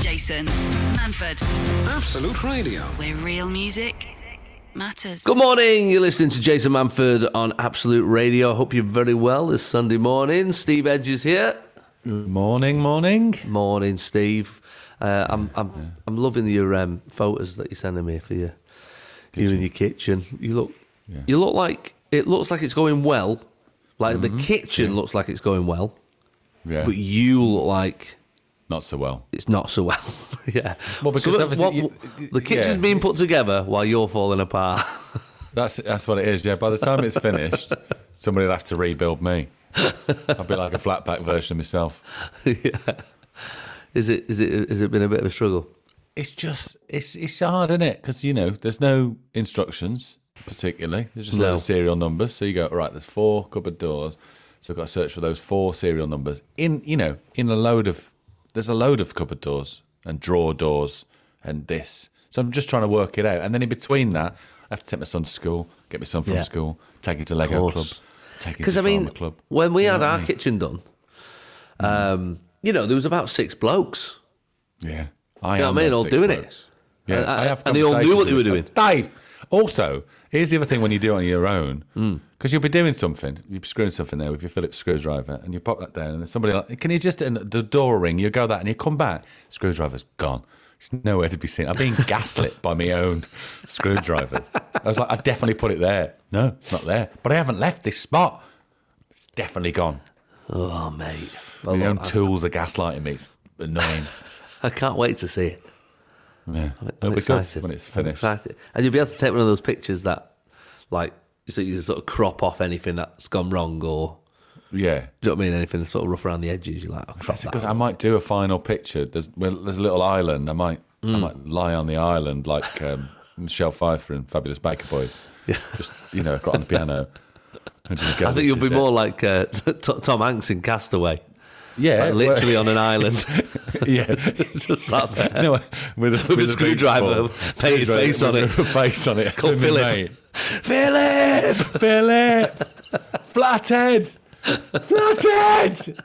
Jason Manford. Absolute Radio. Where real music matters. Good morning. You're listening to Jason Manford on Absolute Radio. Hope you're very well this Sunday morning. Steve Edge is here. Morning, morning. Morning, Steve. Uh, I'm I'm I'm loving your um, photos that you're sending me for you. You in your kitchen. You look. Yeah. You look like it looks like it's going well. Like the kitchen looks like it's going well, Mm-hmm. Yeah, but you look like not so well. it's not so well. yeah. Well, because look, obviously you- the kitchen's yeah, being put it's- together while you're falling apart. That's that's what it is. Yeah, by the time it's finished, somebody'll have to rebuild me. I'll be like a flatback version of myself. yeah. Is it? Is it? Has it been a bit of a struggle? It's just it's it's hard, isn't it? Because you know, there's no instructions particularly. There's just a No. lot of serial numbers. So you go right. There's four cupboard doors. So I've got to search for those four serial numbers in you know in a load of there's a load of cupboard doors and drawer doors and this. So I'm just trying to work it out. And then in between that, I have to take my son to school, get my son from Yeah. school, take him to Lego course. Club, take him Because to I mean, drama club. when we You know had what I our mean? Mm. kitchen done, um, you know, there was about six blokes. Yeah. I You know am what I mean? those All six doing it. blokes. Yeah. And- I have Uh, and they all knew what they were conversations with myself. Dave. Also, here's the other thing when you do it on your own, Hmm. because you'll be doing something, you'll be screwing something there with your Phillips screwdriver, and you pop that down, and then somebody like, can you just, and the door will ring, you go that, and you come back, screwdriver's gone. It's nowhere to be seen. I'm being gaslit by my own screwdrivers. I was like, I definitely put it there. No, it's not there. But I haven't left this spot. It's definitely gone. Oh, mate. I, My own love- tools are gaslighting me. It's annoying. I can't wait to see it. Yeah. I'm It'll be good excited. when it's I'm finished. excited. And you'll be able to take one of those pictures that, like, so you sort of crop off anything that's gone wrong or, do Yeah. you know what I mean? Anything sort of rough around the edges. You're like, I'll crop That's a that. good. I out. might do a final picture. There's well, there's a little island. I might Hmm. I might lie on the island like um, Michelle Pfeiffer and Fabulous Baker Boys. Yeah. Just you know, got on the piano. And just go, I "This think you'll is be it." more like uh, t- t- Tom Hanks in Castaway, yeah, like, well, literally on an island, yeah. just sat there. No, with a, a screwdriver, painted Screwdriver face on with a face on it. Called My Philip. mate. Philip! Philip, flathead, flathead.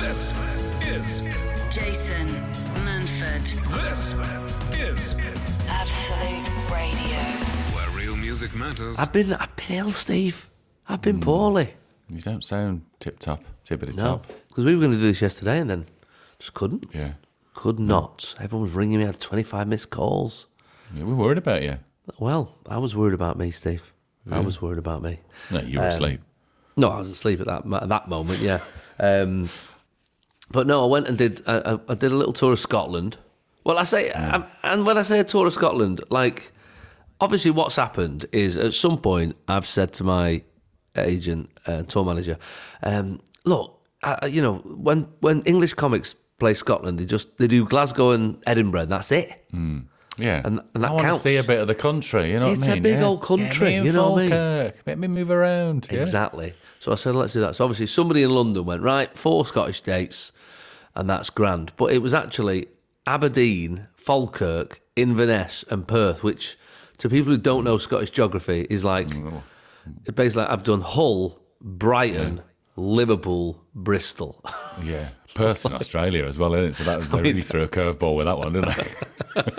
This is Jason Manford. this is Absolute Radio. where real music matters. I've been, I've been ill, Steve. I've been poorly. You don't sound tip top, tippity No, top. because we were going to do this yesterday and then just couldn't. Yeah. Could not. Everyone was ringing me. I had 25 missed calls. yeah, we're worried about you. Well, I was worried about me, Steve. I was worried about me. No, you were Um, asleep. No, I was asleep at that mo- at that moment. Yeah, um, but no, I went and did I, I- I did a little tour of Scotland. Well, I say, um and when I say a tour of Scotland, like obviously what's happened is at some point I've said to my agent and tour manager, um, look, I, I- you know, when when English comics play Scotland, they just they do Glasgow and Edinburgh, and that's it. Yeah, And- and that I want counts. to see a bit of the country. You know, It's what a I mean? big Yeah. old country, Get me in you know what I mean? Falkirk. Let me move around. yeah. Exactly. So I said, let's do that. So obviously, somebody in London went, right, four Scottish dates, and that's grand. But it was actually Aberdeen, Falkirk, Inverness, and Perth, which to people who don't know Scottish geography is like basically like I've done Hull, Brighton, Liverpool, Bristol. Yeah, Perth in Australia as well, isn't it? So that they really threw a curveball with that one, didn't they?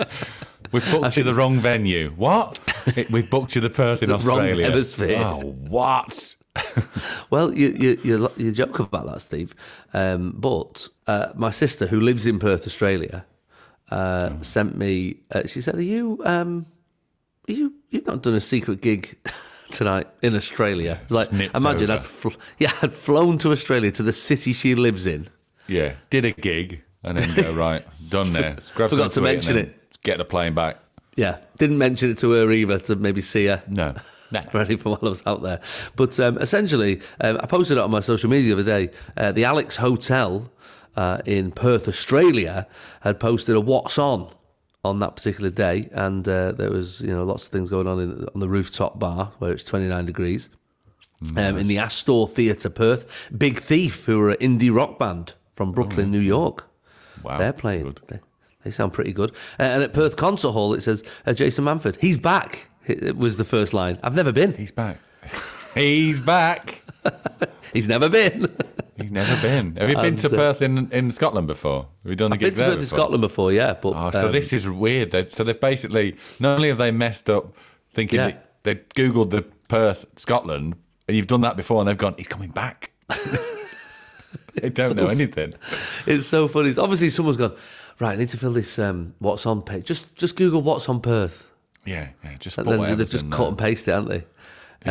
We've booked you the wrong venue. What? It- We've booked you the Perth in The wrong Australia. hemisphere. Oh, what? Well, you you you, lo- you joke about that, Steve. Um, but uh, my sister, who lives in Perth, Australia, uh, Mm-hmm. sent me. Uh, she said, "Are you um, are you you've not done a secret gig tonight in Australia?" Like, nipped imagine over. I'd fl- yeah, I'd flown to Australia to the city she lives in. Yeah, did a gig and then go right done there. Let's grab Forgot to something eat mention and then it. Get the plane back. Yeah, didn't mention it to her either to maybe see her. No, no. Ready for while I was out there. But um, essentially, um, I posted it on my social media the other day. Uh, the Alex Hotel uh, in Perth, Australia, had posted a "What's on" on that particular day, and uh, there was you know lots of things going on in, on the rooftop bar where it's 29 degrees. Mm, Um, in the Astor Theatre, Perth, Big Thief, who are an indie rock band from Brooklyn, New York. Mm. Wow, They're playing. good. They, they sound pretty good. Uh, and at Perth Concert Hall, it says uh, Jason Manford. He's back. It it was the first line. I've never been. He's back. He's back. He's never been. You've never been. Have you been And, to uh, Perth in, in Scotland before? Have you done a I've been gig to there Perth in before? Scotland before, yeah, but Oh, so um, this is weird. They, so they've basically not only have they messed up thinking Yeah. that they googled the Perth Scotland, and you've done that before, and they've gone, he's coming back. they don't know anything. it's so funny. It's obviously, someone's gone. Right, I need to fill this um, what's on page. Just just Google what's on Perth, Yeah, yeah just and put then they've whatever's just in cut there. and pasted, it, haven't they?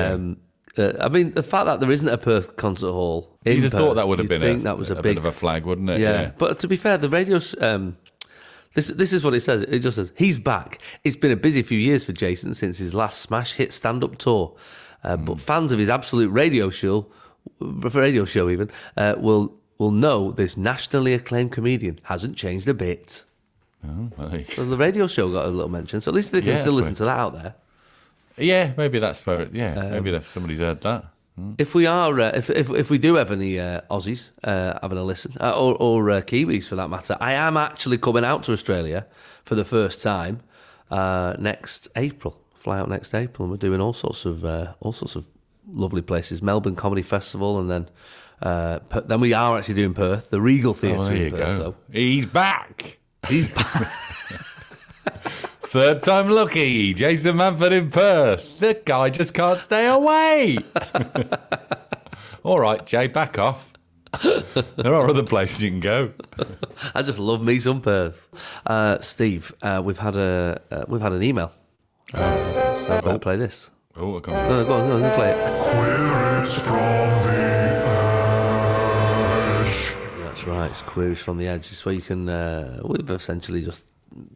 Yeah. Um, uh, I mean, the fact that there isn't a Perth concert hall. in You'd have thought Perth, that would have you'd been think a, that was a, a big bit of a flag, wouldn't it? Yeah. but to be fair, the radio. s- Um, this this is what it says. It just says he's back. It's been a busy few years for Jason since his last smash hit stand up tour, uh, Hmm. but fans of his absolute radio show, radio show even, uh, will will know this nationally acclaimed comedian hasn't changed a bit. Oh, well, there you go. So the radio show got a little mention, so at least they can Yeah, still that's listen to that out there. yeah, maybe that's where. It, yeah, maybe Um, that somebody's heard that. If we are, uh, if, if if we do have any uh, Aussies uh, having a listen, uh, or or uh, Kiwis for that matter, I am actually coming out to Australia for the first time uh, next April. Fly out next April, and we're doing all sorts of uh, all sorts of lovely places: Melbourne Comedy Festival, and then uh, Per- then we are actually doing Perth, the Regal Theatre Oh, there in you Perth. go. He's back. Though he's back. Third time lucky, Jason Manford in Perth. The guy just can't stay away. All right, Jay, back off. There are other places you can go. I just love me some Perth. Uh, Steve, uh, we've had a uh, we've had an email. so I better play this. Oh, I can't. No, no, go on, go on, you play it. Queries from the Ash. That's right. It's queries from the edge. It's where you can. Uh, we've essentially just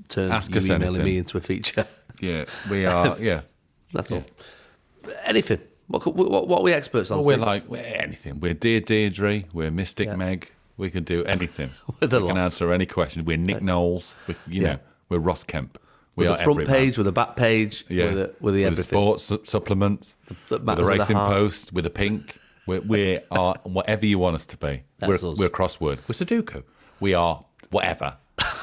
turned Ask you us emailing anything. me into a feature. Yeah, we are. Yeah, That's all. Anything. What, could- what, what are we experts on? well, we're Steve? like we're anything. We're dear Deirdre. We're Mystic Meg. We can do anything. we With a can lot. answer any question. We're Nick Knowles. We're, you Yeah. know, we're Ross Kemp. We with are the front everyman. page, with the back page, with the, with the everything. sports su- supplement, that with matters the in the racing heart. post, with the pink. We're, we are whatever you want us to be. That's we're, us. we're crossword. We're Sudoku. We are whatever.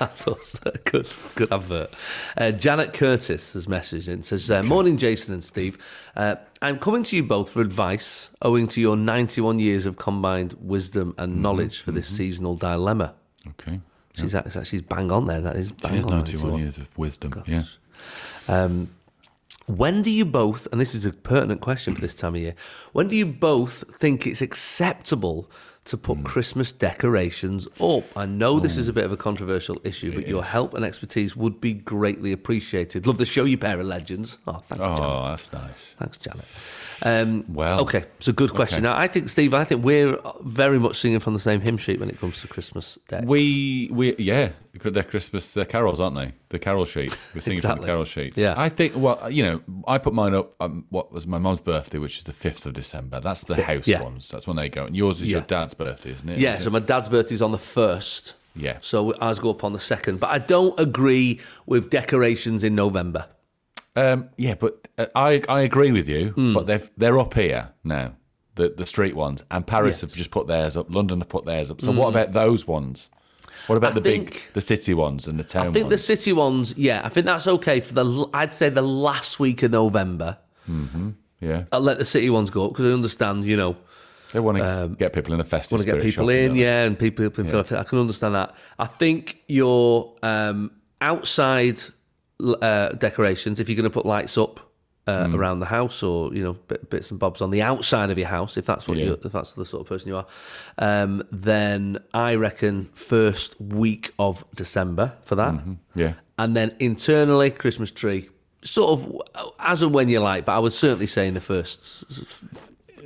That's us. good, good advert. Uh, Janet Curtis has messaged in says, uh, "Morning, Jason and Steve. Uh, I'm coming to you both for advice, owing to your 91 years of combined wisdom and knowledge for this seasonal dilemma." Okay. She's actually she's bang on there. That is bang She has on. 91 years of wisdom. Yeah. When do you both, and this is a pertinent question for this time of year, when do you both think it's acceptable to Hmm. put Christmas decorations up? I know this is a bit of a controversial issue, but your help and expertise would be greatly appreciated. Love the show, you pair of legends. Oh, thank you, Janet. Oh, that's nice. Thanks, Janet. Um, Well, okay, it's a good question. okay. Now, I think, Steve, I think we're very much singing from the same hymn sheet when it comes to Christmas decks. We we yeah, they're Christmas they're carols, aren't they? The carol sheet. We're singing from Exactly. the carol sheet. Yeah. I think. Well, you know, I put mine up. Um, what was my mum's birthday, which is the fifth of December. That's the house yeah. ones. That's when they go. And yours is your Yeah. dad's birthday, isn't it? Yeah, Is so it? my dad's birthday's on the first. Yeah. So ours go up on the second. But I don't agree with decorations in November. Um, yeah, but uh, I I agree with you. Hmm. But they've they're up here now. The the street ones and Paris Yes. Hmm. have just put theirs up. London have put theirs up. So what about those ones? What about I the big think- the city ones and the town I think the ones? city ones, yeah, I think that's okay for the. l- I'd say the last week of November. yeah, I'll let the city ones go up because I understand, you know, they want to get people in a festive. want to um, get spirit people shopping, in, don't they? yeah, and people up in Philadelphia. I can understand that. I think your um, outside l- uh, decorations, if you're going to put lights up uh, Hmm. around the house or you know bit, bits and bobs on the outside of your house, if that's what Yeah. you if that's the sort of person you are, um, then I reckon first week of December for that, Mm-hmm. yeah. and then internally Christmas tree. Sort of as and when you like, but I would certainly say in the first.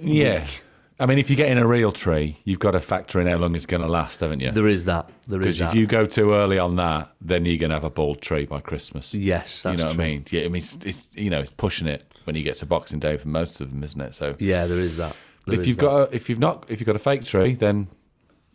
Yeah. I mean, if you get in a real tree, you've got to factor in how long it's going to last, haven't you? There is that. There is Because that. if you go too early on that, then you're going to have a bald tree by Christmas. yes, you that's know what true. I mean? Yeah, I mean, it's, it's you know, it's pushing it when you get to Boxing Day for most of them, isn't it? So Yeah, there is that. There if is you've that. got a, if you've not if you've got a fake tree, then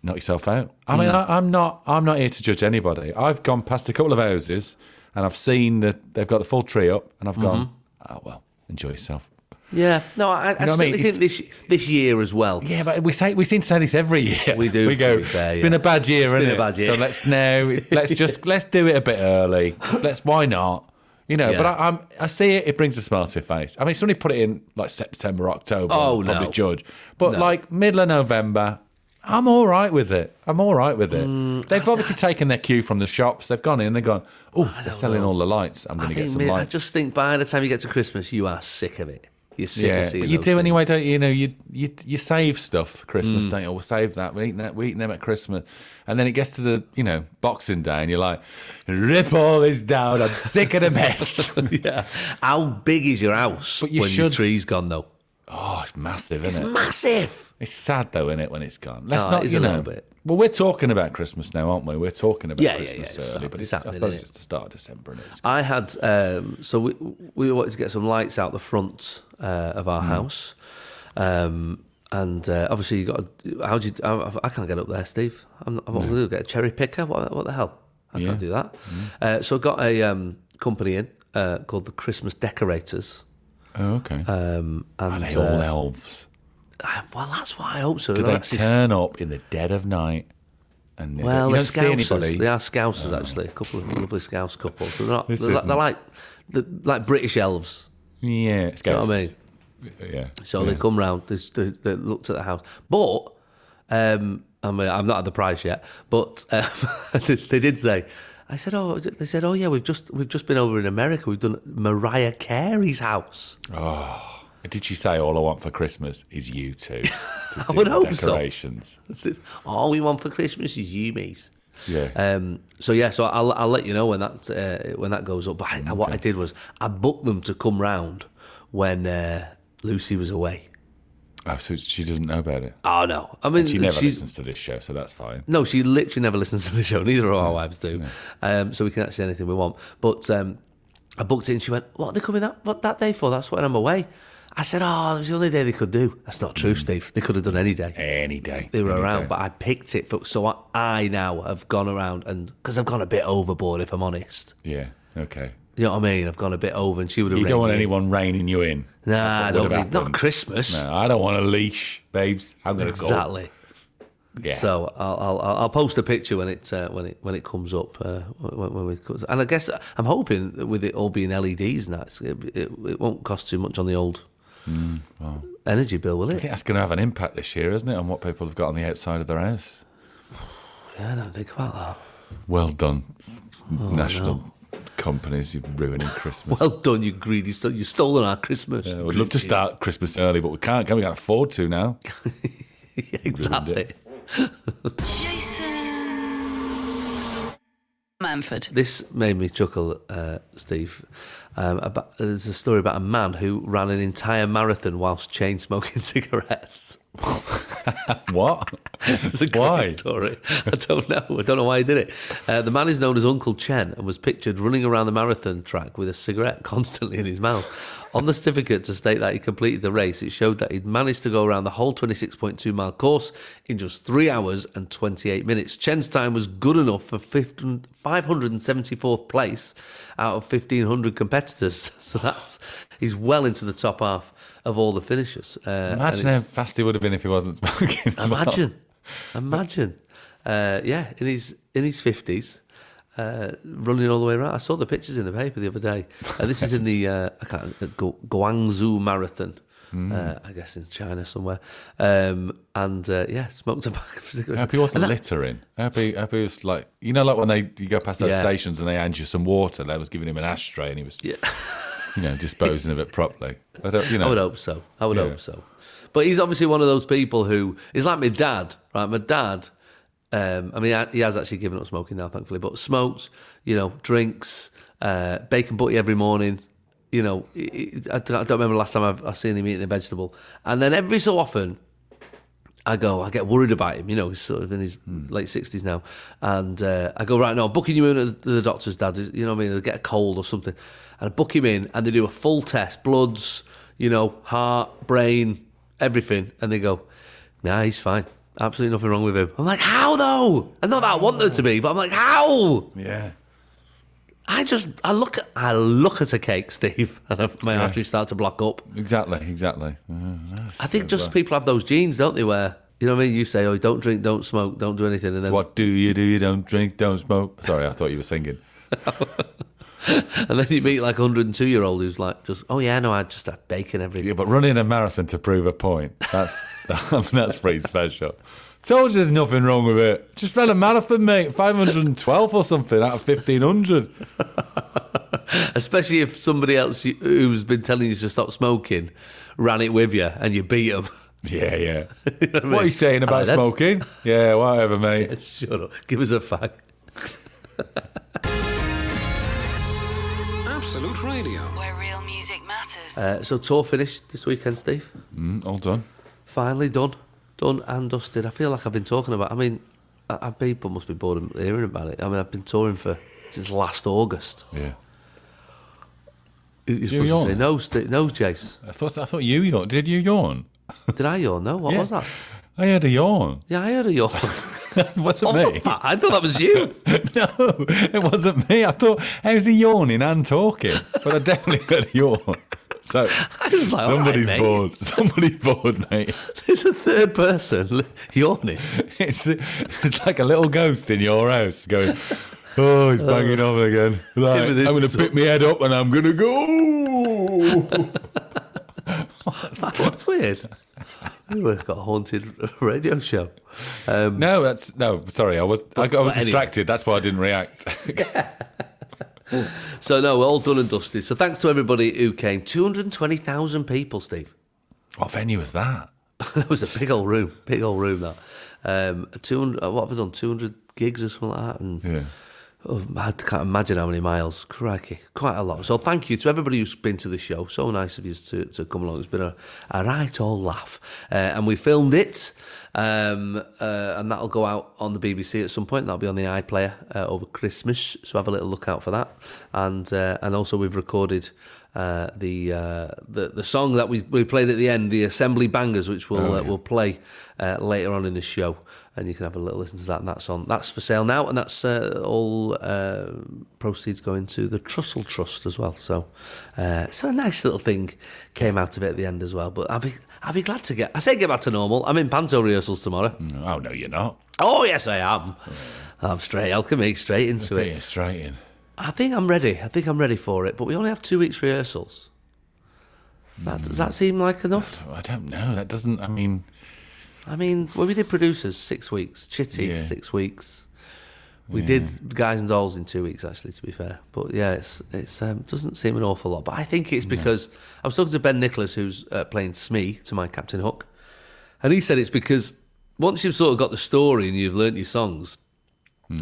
knock yourself out. I mean, I, I'm not I'm not here to judge anybody. I've gone past a couple of houses and I've seen that they've got the full tree up, and I've gone, Mm-hmm. oh well, enjoy yourself. Yeah, no, I, I know what I mean? certainly think this this year as well. Yeah, but we say we seem to say this every year. We do, We to go. be fair, it's yeah. been a bad year, been isn't a it? bad year." So let's now let's just let's do it a bit early. Let's why not? You know, Yeah. but I, I'm, I see it. It brings a smile to your face. I mean, if somebody put it in like September, October, Oh, I'd probably no. judge. But like middle of November, I'm all right with it. I'm all right with it. Mm, They've obviously taken their cue from the shops. They've gone in. They've gone. Oh, they're selling all the lights. I'm going I, to get think, some mate, I lights. just think by the time you get to Christmas, you are sick of it. You're sick of yeah, seeing but you those do things. Mm. anyway, don't you? You know, you you you save stuff for Christmas, don't you? Oh, we'll save that. We're eating that. We're eating them at Christmas, and then it gets to the you know Boxing Day, and you're like, rip all this down. I'm sick of the mess. yeah. How big is your house But you when your should- tree's gone, though? oh, it's massive, It's isn't it? massive. It's sad though, isn't it, when it's gone? Let's No, not, it is you a know. little bit. Well, we're talking about Christmas now, aren't we? We're talking about Yeah, yeah, Christmas yeah, it's early, hap- it's but it's, I happening, suppose isn't it's the start of December, and it's I had um, so we we wanted to get some lights out the front uh, of Mm. our house, um, and uh, obviously you got to, how do you I, I can't get up there, Steve. I'm not, what am I going to do? Get a cherry picker? What, what the hell? I Yeah. Mm. can't do that. Uh, so I got a um, company in uh, called the Christmas Decorators. oh, okay. Um, and Are they uh, all elves? I- well, that's why I hope so. Do They're they actually- turn up in the dead of night? And they don't- Well, you they're don't see scousers. anybody. They are scousers, actually. A couple of lovely scouse couples. So they're, not, This they're, like, isn't- they're like they're like British elves. Yeah, it's You know what I mean? Yeah. So yeah. they come round, they, they, they looked at the house. But, um, I mean, I'm not at the price yet, but um, they, they did say, I said, oh, they said, oh yeah, we've just we've just been over in America. We've done Mariah Carey's house. Did she say all I want for Christmas is you two? I would hope so. decorations. so. All we want for Christmas is you, mate. Yeah. Um, so yeah, so I'll, I'll let you know when that uh, when that goes up. But I, Mm, what I did was I booked them to come round when uh, Lucy was away. Oh, so she doesn't know about it. Oh no, I mean She never she's- listens to this show, so that's fine. No, she literally never listens to the show. Neither of our wives do. Um, so we can actually anything we want. But um, I booked it and she went, What are they coming that, what, that day for? That's when I'm away. I said, Oh, it was the only day they could do. That's not true, Steve. They could have done any day. Any day. They were Mm. Eh, any around, day. but I picked it. For, so I, I now have gone around and because I've gone a bit overboard, if I'm honest. Yeah. Okay. You know what I mean? I've gone a bit over and she would have. You don't reined want me in. anyone reining you in. Nah, I That's don't what would have need, not happened. Christmas. No, I don't want a leash, babes. I'm going to Exactly. go. Yeah. So I'll, I'll I'll- I'll post a picture when it uh, when it when it comes up uh, when, when we comes. and I guess I'm hoping that with it all being LEDs and that it's- it, it, it won't cost too much on the old Mm, energy bill, will I think it? that's going to have an impact this year, isn't it, on what people have got on the outside of their house? Yeah, I don't think about that. Well done, Oh, national companies. You're ruining Christmas. Well done, you greedy so You've stolen our Christmas. Yeah, we'd love to start Christmas early, but we can't. Can we can't afford to now? Yeah, exactly. it. Jason Manford. This made me chuckle, uh, Steve. Um, about, there's a story about a man who ran an entire marathon whilst chain smoking cigarettes. What? It's a great Why? story. I don't know. I don't know why he did it. Uh, the man is known as Uncle Chen and was pictured running around the marathon track with a cigarette constantly in his mouth. On the certificate to state that he completed the race, it showed that he'd managed to go around the whole 26.2 mile course in just three hours and 28 minutes. Chen's time was good enough for 15 574th place out of 1,500 competitors. So that's he's well into the top half of all the finishers. Uh, and Imagine how it's- fast he would have been if he wasn't smoking. as well. Imagine, imagine. Uh, yeah, in his in his fifties, uh, running all the way around. I saw the pictures in the paper the other day. Uh, this is in the uh, I can't, uh, Gu- Guangzhou Marathon. Uh, I guess in China somewhere, um, and uh, yeah, smoked a pack of I cigarettes. hope he wasn't And that- littering. I hope he, I hope he was like, you know, like when they you go past those Yeah. stations and they hand you some water. They was giving him an ashtray and he was, Yeah. you know, disposing of it properly. I don't, you know, I would hope so. I would Yeah. hope so. But he's obviously one of those people who is like my dad, right? My dad, um, I mean, I- he has actually given up smoking now, thankfully, but smokes, you know, drinks, uh, bacon butty every morning. You know, he- he- I don't I don't remember the last time I've, I've seen him eating a vegetable. And then every so often, I go, I get worried about him, you know, he's sort of in his late 60s now. And uh, I go, right now, I'm booking you in at the the doctor's, dad, you know what I mean? They'll get a cold or something. And I book him in and they do a full test, bloods, you know, heart, brain, everything. And they go, nah, he's fine. Absolutely nothing wrong with him. I'm like, how though? And not that I want there to be, but I'm like, how? yeah. I just, I look at, I look at a cake, Steve, and I- my arteries start to block up. Exactly, exactly. Mm, that's I think good just work. people have those genes, don't they, where, you know what I mean? You say, oh, don't drink, don't smoke, don't do anything. And then What do you do? You don't drink, don't smoke. Sorry, I thought you were singing. and then you meet like a 102 year old who's like, just, oh yeah, no, I just have bacon every Yeah, but running a marathon to prove a point, that's I mean, that's pretty special. Told you there's nothing wrong with it. Just ran a marathon, mate. 512 or something out of 1500. Especially if somebody else you- who's been telling you to stop smoking ran it with you and you beat them. Yeah, yeah. what, What are you saying about smoking? Yeah, whatever, mate. Shut up. Give us a fag. Absolute Radio. Where real music matters. Uh, so tour finished this weekend, Steve. Mm, all done. Finally done, done and dusted. I feel like I've been talking about. I mean, I, I, people must be bored of hearing about it. I mean, I've been touring for since last August. Yeah. You're you supposed to say yawn? no, Steve, no, Jace. I thought I thought you yawned. Did you yawn? Did I yawn? No, what Yeah. was that? I had a yawn. Yeah, I heard a yawn. wasn't what me. was Oh, that? I thought that was you. No, it wasn't me. I thought, how's he yawning and talking? But I definitely heard a yawn. So was like, all right, somebody's mate. bored. Somebody's bored, mate. There's a third person li- yawning. It's, it's like a little ghost in your house going, oh, he's banging on again. Like, Him I'm with his going to tongue. pick my head up and I'm going to go. That's weird. We've got a haunted radio show. no, that's no. Sorry, I was I, got, I was but anyway. distracted. That's why I didn't react. So no, we're all done and dusted. So thanks to everybody who came. Two hundred twenty thousand people, Steve. what venue was that? That was a big old room, big old room that. Um, two hundred. What have I done? Two hundred gigs or something like that. And Yeah. oh, I can't imagine how many miles. Crikey, quite a lot. So thank you to everybody who's been to the show. So nice of you to, to come along. It's been a, a right old laugh, uh, and we filmed it, um, uh, and that'll go out on the BBC at some point. That'll be on the iPlayer uh, over Christmas. So have a little look out for that, and uh, and also we've recorded. Uh, the, uh, the the song that we, we played at the end, the Assembly Bangers, which we'll uh, we'll play uh, later on in the show, and you can have a little listen to that. And that's on that's for sale now, and that's uh, all uh, proceeds going to the Trussell Trust as well. So, uh, so a nice little thing came out of it at the end as well. But I'll be I'll be glad to get. I say get back to normal. I'm in panto rehearsals tomorrow. Oh no, you're not. Oh yes, I am. I'm straight alchemy, straight into it. Yeah, straight in. I think I'm ready. I think I'm ready for it. But we only have two weeks rehearsals. That, Does that seem like enough? I don't know. That doesn't. I mean, I mean, when we did producers, six weeks. Chitty, Yeah. six weeks. We did guys and dolls in two weeks, actually. To be fair, but yeah, it's it's um, doesn't seem an awful lot. But I think it's because I was talking to Ben Nicholas, who's uh, playing Smee to my Captain Hook, and he said it's because once you've sort of got the story and you've learnt your songs,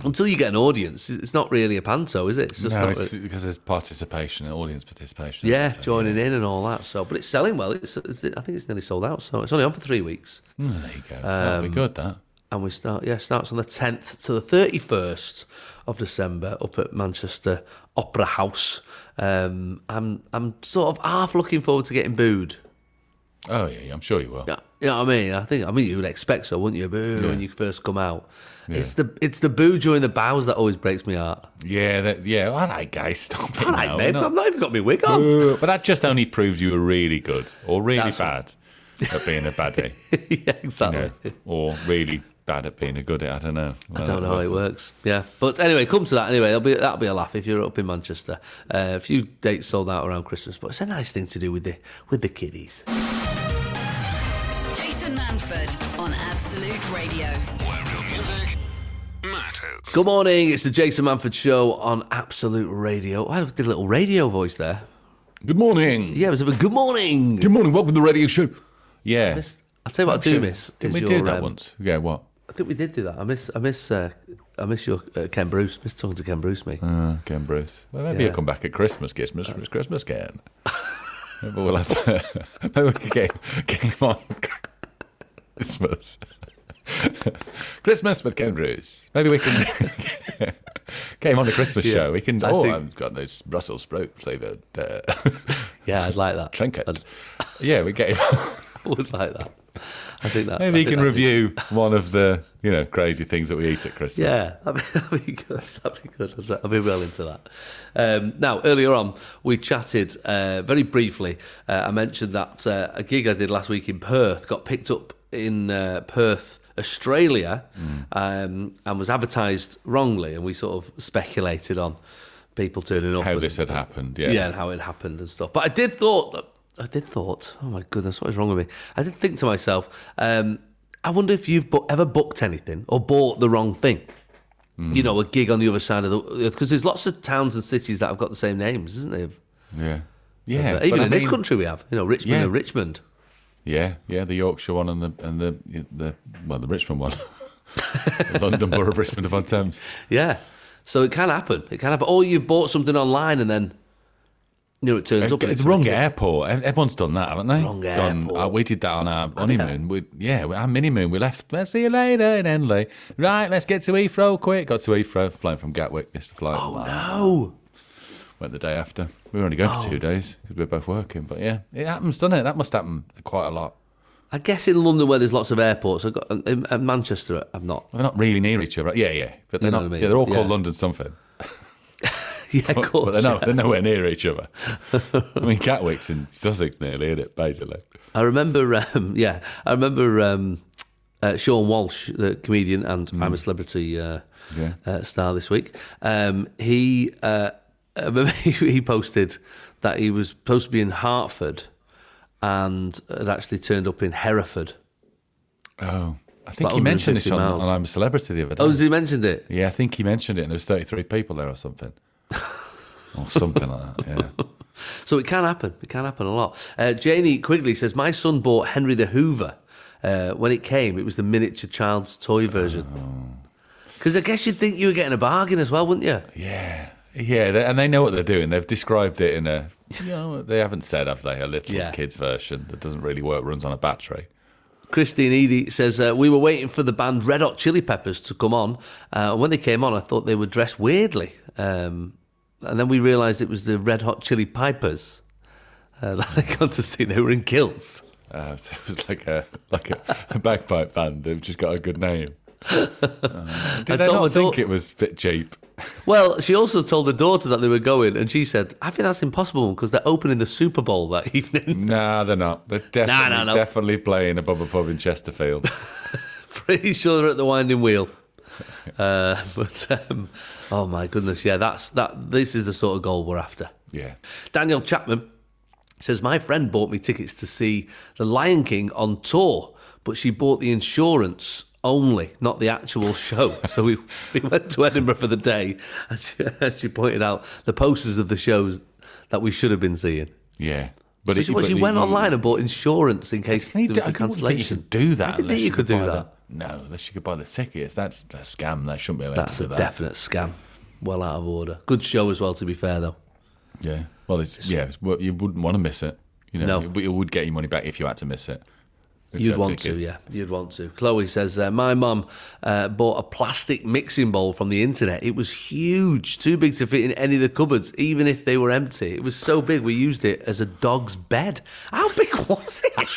until you get an audience, it's not really a panto, is it? It's just Hmm. no, not it's a- because there's participation and audience participation. yeah, So, joining in and all that. So, but it's selling well. It's, it's I think it's nearly sold out. So it's only on for three weeks. Mm, there you go. That'll Um, be good. That. and we start yeah starts on the 10th to the 31st of December up at Manchester Opera House. Um, I'm I'm sort of half looking forward to getting booed. Oh yeah, yeah, I'm sure you will. Yeah, you know what I mean. I think I mean you would expect so, wouldn't you? Boo Yeah. when you first come out. It's the it's the boo during the bows that always breaks me heart. Yeah, that, yeah. All right, guys, stop it. All right, now, mate, we're not- I've not even got my wig on. Uh, but that just only proves you were really good or really That's- bad at being a baddie, yeah, you exactly. know, or really bad at being a goodie. I don't know. I don't know how it works. Yeah, but anyway, come to that anyway. That'll be that'll be a laugh if you're up in Manchester. Uh, a few dates sold out around Christmas, but it's a nice thing to do with the with the kiddies. Jason Manford on Absolute Radio. Where real music matters. Good morning. It's the Jason Manford Show on Absolute Radio. I did a little radio voice there. Good morning. Yeah, it was a bit, good morning. Good morning. Welcome to the radio show. Yeah. I'll tell you what I do miss. Did is we your, do that um, once? Yeah. What? I think we did do that. I miss, I miss, uh, I miss your uh, Ken Bruce. Miss talking to Ken Bruce, me. Uh, Ken Bruce. Well, maybe Yeah. he'll come back at Christmas. Christmas. It's Christmas, Ken. maybe we'll have. maybe we could get, get him on Christmas. Christmas with Ken Bruce. Maybe we can get him on the Christmas show. We can. I oh, think- I've got this Brussels sprout flavored uh, Yeah, I'd like that. trinket. I'd- yeah, we get him. I would like that. I think that. Maybe I he think can that'd be- review one of the you know crazy things that we eat at Christmas. Yeah, that'd be, that'd be good. That'd be good. I'd- I'd be well into that. Um, now, earlier on, we chatted uh, very briefly. Uh, I mentioned that uh, a gig I did last week in Perth got picked up in uh, Perth. Hmm. Australia um, and was advertised wrongly, and we sort of speculated on people turning up. How and- this had happened, yeah. yeah. and how it happened and stuff. But I did thought, I did thought, oh my goodness, what is wrong with me? I did think to myself, um, I wonder if you've bu- ever booked anything or bought the wrong thing. Mm. You know, a gig on the other side of the earth because there's lots of towns and cities that have got the same names, isn't there? Yeah. Yeah. Even in but I this mean- country, we have you know Richmond Yeah. and Richmond. Yeah, yeah, the Yorkshire one and the and the the well, the Richmond one. London Borough of Richmond upon Thames. Yeah. So it can happen. It can happen. Or you've bought something online and then, you know, it turns up. and It's a wrong gig. airport. Ev- Everyone's done that, haven't they? Wrong Gone, airport. "Oh, we did that on our honeymoon. We, yeah, we- our mini moon. We left. Let's see you later in Henley. Right, let's get to Heathrow quick. Got to Heathrow, flying from Gatwick. Missed the flight. Oh, no. Went the day after. We were only going Oh. for two days because we were both working. But yeah, it happens, doesn't it? That must happen quite a lot. I guess in London where there's lots of airports, I've got, in, in Manchester, I'm not. They're not really near each other. Yeah, yeah, but they're You know not. what I mean? Yeah, they're all called Yeah. London something. Yeah, of But- course. But they're, no, yeah. they're nowhere near each other. I mean, Gatwick's in Sussex nearly, isn't it? Basically. I remember, um, yeah, I remember um, uh, Sean Walsh, the comedian and I'm a Celebrity uh, Yeah. uh, star this week. Um, he, uh, I remember he he posted that he was supposed to be in Hartford and had actually turned up in Hereford. Oh, I think About he mentioned this 150 on, miles. on I'm a Celebrity the other day. Oh, has he mentioned it? yeah, I think he mentioned it, and there was 33 people there or something. or something like that, yeah. So it can happen. It can happen a lot. Uh, Janie Quigley says, My son bought Henry the Hoover. Uh, when it came, it was the miniature child's toy version. Because I guess you'd think you were getting a bargain as well, wouldn't you? Yeah. Yeah, they, and they know what they're doing. They've described it in a, you know, they haven't said, have they, a little Yeah. kid's version that doesn't really work, runs on a battery. Christine Edie says, uh, We were waiting for the band Red Hot Chili Peppers to come on. Uh, and when they came on, I thought they were dressed weirdly. Um, and then we realised it was the Red Hot Chili Pipers. Uh, I got to see they were in kilts. Uh, so it was like a like a, a bagpipe band who've just got a good name. Uh, did I told my not think daughter- it was a bit cheap? Well, she also told the daughter that they were going, and she said, "I think that's impossible because they're opening the Super Bowl that evening." No, they're not. They're definitely, no, no. definitely playing above a pub in Chesterfield. Pretty sure they're at the Winding Wheel. Uh, but um, oh my goodness, yeah, that's that. This is the sort of goal we're after. yeah. Daniel Chapman says, My friend bought me tickets to see The Lion King on tour, but she bought the insurance only, not the actual show. so we, we went to Edinburgh for the day, and she, and she pointed out the posters of the shows that we should have been seeing. Yeah. But So it- she, well, but she it- went online and bought insurance in case You, there was I a wouldn't think you cancellation. could do that. I didn't unless think you could do buy that. the- No, unless you could buy the tickets. That's a scam. That shouldn't be allowed That's to a do that. definite scam. Well out of order. Good show as well, to be fair, though. Yeah. Well, it's, yeah. It's, well, you wouldn't want to miss it. You know, No. it, it would get your money back if you had to miss it. If you You'd had want tickets. to, yeah. You'd want to. Chloe says, uh, My mum uh, bought a plastic mixing bowl from the internet. It was huge, too big to fit in any of the cupboards, even if they were empty. It was so big, we used it as a dog's bed. How big was it?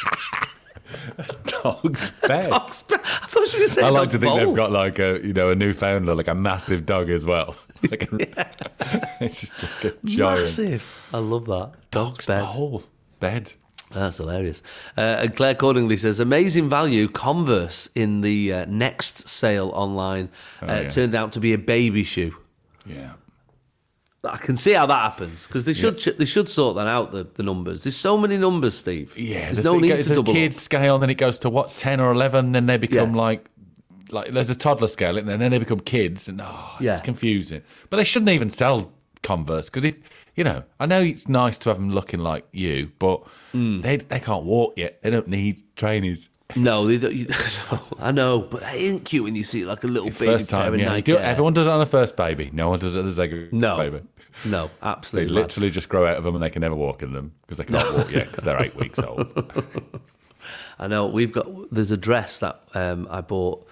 Dog's bed. dog's bed. I thought you were saying I like to dog think bowl. they've got like a you know a Newfoundland, like a massive dog as well. Like a, it's just like a giant Massive. I love that. Dog's bed. whole bed. That's hilarious. Uh, and Claire Cordingley says, amazing value. Converse in the uh, next sale online uh, Oh, yeah. turned out to be a baby shoe. Yeah. I can see how that happens because they should ch they should sort that out. The, the numbers. There's so many numbers, Steve. Yeah, there's no it need goes- to there's double. a up. kid scale, then it goes to what ten or eleven, then they become Yeah. like like there's a toddler scale, and then they become kids, and oh, it's Yeah. confusing. But they shouldn't even sell Converse because if you know, I know it's nice to have them looking like you, but Mm. they they can't walk yet. They don't need trainers. No, they don't, you, no, I know, but it ain't cute when you see like a little baby first pair time, of yeah. You Nike do- Air. everyone does it on the first baby. No one does it on the second no, baby. no, They absolutely. mad. literally just grow out of them and they can never walk in them because they can't walk yet because they're eight weeks old. I know we've got there's a dress that um, I bought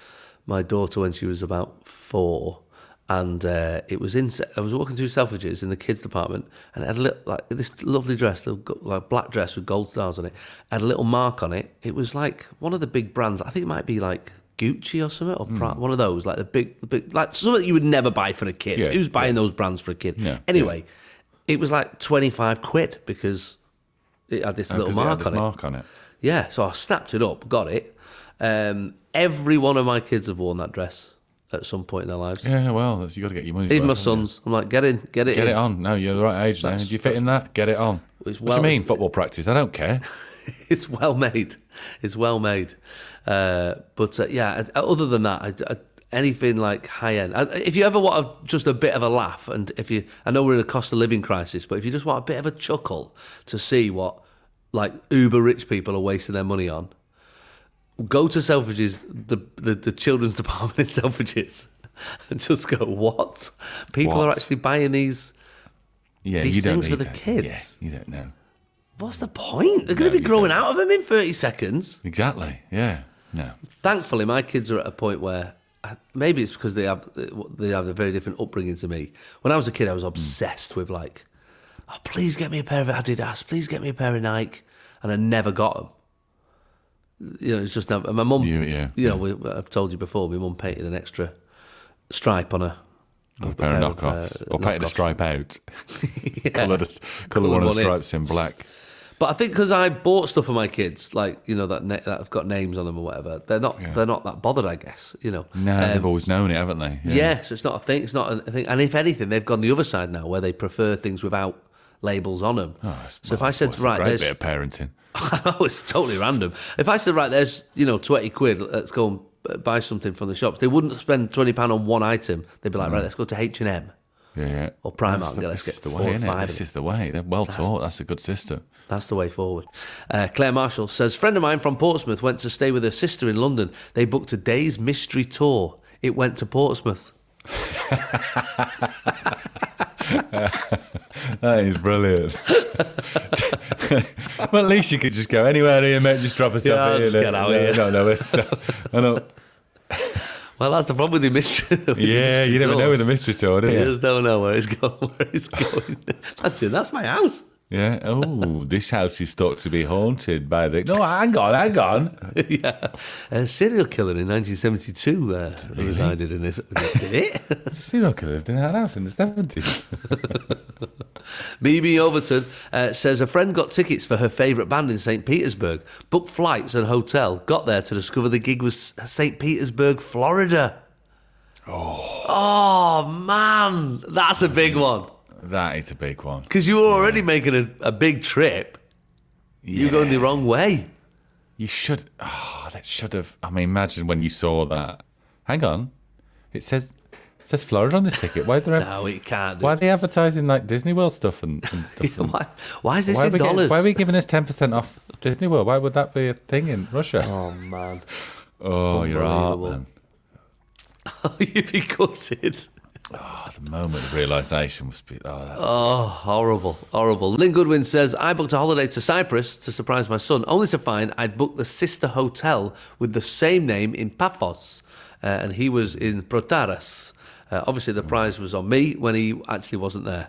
my daughter when she was about four, and uh, it was in. I was walking through Selfridges in the kids department, and it had a little, like this lovely dress, little go- like black dress with gold stars on it. Had a little mark on it. It was like one of the big brands. I think it might be like. Gucci or something, or Hmm. Pratt, one of those, like the big, the big, like something you would never buy for a kid. Yeah, Who's buying those brands for a kid? Yeah, anyway, it was like twenty five quid because it had this little Oh, 'Cause it had mark this on it. Mark on it. Yeah, so I snapped it up, got it. Um, every one of my kids have worn that dress at some point in their lives. Yeah, well, that's- you got to get your money. Even my sons, I'm like, get in, get it Get in. it on. No, you're the right age now. That's- Do you fit in that? Get it on. It's what well- do you mean, it's- football practice? I don't care. It's well made. It's well made. Uh, but uh, yeah, uh, other than that, I, I, anything like high end. I, if you ever want a, just a bit of a laugh, and if you, I know we're in a cost of living crisis, but if you just want a bit of a chuckle to see what like uber rich people are wasting their money on, go to Selfridges, the the, the children's department in Selfridges, and just go, what? People are What? actually buying these. Yeah, These you don't things need for the that. kids. Yeah, you don't know. What's the point? They're going to No, be you growing don't. out of them in 30 seconds. Exactly. Yeah. No. Thankfully, my kids are at a point where I- maybe it's because they have they have a very different upbringing to me. When I was a kid, I was obsessed with like, oh, please get me a pair of Adidas, please get me a pair of Nike, and I never got them. You know, it's just never, and my mum. You- yeah, you know, we, I've told you before, my mum painted an extra stripe on her. A pair of knockoffs. uh, or painting a stripe out. Colour, the, colour one of the one in. stripes in black. But I think because I bought stuff for my kids, like you know that na- that have got names on them or whatever, they're not they're not that bothered, I guess. You know. No, Um, they've always known it, haven't they? yeah. So it's not a thing. It's not a thing. And if anything, they've gone the other side now, where they prefer things without labels on them. Oh, That's- so if well, I said that's a right, great there's bit of parenting. oh, it's totally random. If I said right, there's you know twenty quid, let's go and b- buy something from the shops. They wouldn't spend twenty pound on one item. They'd be like, right, let's go to H and M. Yeah, yeah. Or Primark, That's yeah, let's this get is the four way, or innit? five of This it. is the way. They're well taught. That's a good system. That's the way forward. Uh, Claire Marshall says, friend of mine from Portsmouth went to stay with her sister in London. They booked a day's mystery tour. It went to Portsmouth. That is brilliant. well, at least you could just go anywhere here, mate. Just drop us Yeah, off I'll here. just get no, out no, here. No, no, it's, uh, I don't, Well, that's the problem with the mystery. with the yeah, mystery you never know tours. with the mystery tour, do You you? just don't know where it's going. Where it's going. Imagine that's my house. Yeah. Oh, this house is thought to be haunted by the. No, hang on, hang on. yeah, a serial killer in 1972 uh, resided in this. Did it? Serial killer lived in that house in the seventies. Mimi Overton uh, says a friend got tickets for her favourite band in St. Petersburg, booked flights and hotel, got there to discover the gig was St. Petersburg, Florida. Oh. man. That's a big one. That is a big one. Because you were already making a, a big trip. You're going the Yeah. wrong way. You should. Oh, that should have. I mean, imagine when you saw that. Hang on, it says it says Florida on this ticket. Why do they? No, it can't. Do. Why are they advertising like Disney World stuff and, and stuff? and- why, why is this Why are, in we getting- dollars? why are we giving us ten percent off Disney World? Why would that be a thing in Russia? Oh, man. Oh, you're out, Unbelievable. man. You'd be gutted. Oh, the moment of realization was. Be, oh, that's, Oh, horrible, horrible. Lynn Goodwin says, I booked a holiday to Cyprus to surprise my son, only to find I'd booked the sister hotel with the same name in Paphos, uh, and he was in Protaras. Uh, obviously, the prize was on me when he actually wasn't there.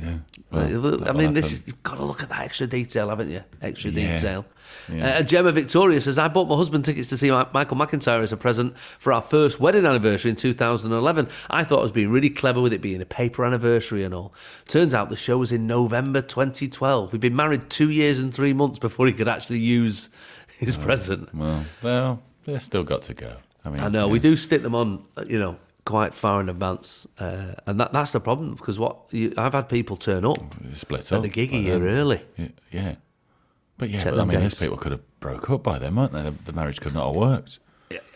yeah. Uh, I that'll mean, this happen. you've got to look at that extra detail, haven't you? Extra Yeah. detail. Yeah. Uh, Gemma Victoria says, I bought my husband tickets to see Mi- Michael McIntyre as a present for our first wedding anniversary in 2011. I thought I was being really clever with it being a paper anniversary and all. Turns out the show was in November 2012. We'd been married two years and three months before he could actually use his Oh, present. Well, well, they've still got to go. I mean, I know we do stick them on, uh, you know, quite far in advance, uh, and that, that's the problem because what you, I've had people turn up Oh, yeah, split at up the gig a by year then. early. Yeah, yeah. but yeah, Check but, I them mean, those dates. people could have broke up by then, weren't they? The, the marriage could not have worked.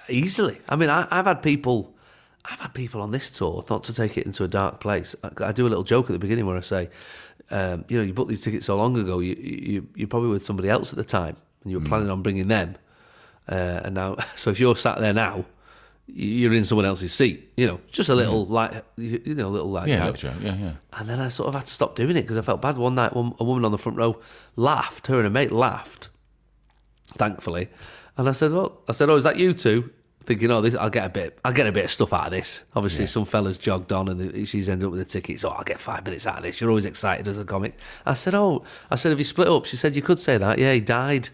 easily. I mean, I, I've had people, I've had people on this tour. Not to take it into a dark place, I, I do a little joke at the beginning where I say, um, you know, you booked these tickets so long ago, you you you're probably with somebody else at the time, and you were planning on bringing them, uh, and now, so if you're sat there now. You're in someone else's seat, you know. Just a little, like you you know, a little like Yeah, that. little joke. yeah, yeah. And then I sort of had to stop doing it because I felt bad. One night, one, a woman on the front row laughed. Her and her mate laughed, thankfully. And I said, "Well, I said, oh, is that you two? Thinking, oh, this, I'll get a bit, I'll get a bit of stuff out of this. Obviously, some fella's jogged on, and the, she's ended up with a ticket. So I'll get five minutes out of this. You're always excited as a comic. I said, oh, I said, have you split up? She said, you could say that. Yeah, he died.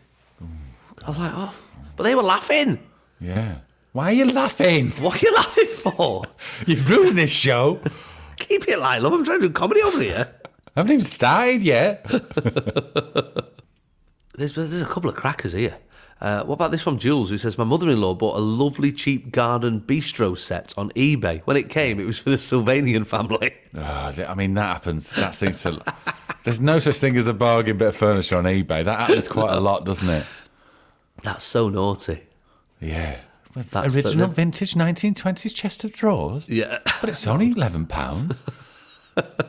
I was like, oh, but they were laughing. Yeah. Why are you laughing? What are you laughing for? You've ruined this show. Keep it light, love. I'm trying to do comedy over here. haven't even started yet. There's, there's a couple of crackers here. Uh, what about this from Jules, who says, My mother in law bought a lovely cheap garden bistro set on eBay. When it came, it was for the Sylvanian family. Ah, I mean, that happens. That seems to. There's no such thing as a bargain bit of furniture on eBay. That happens quite a lot, doesn't it? That's so naughty. Yeah. That's the- Original vintage 1920s chest of drawers. Yeah. But it's only eleven pounds.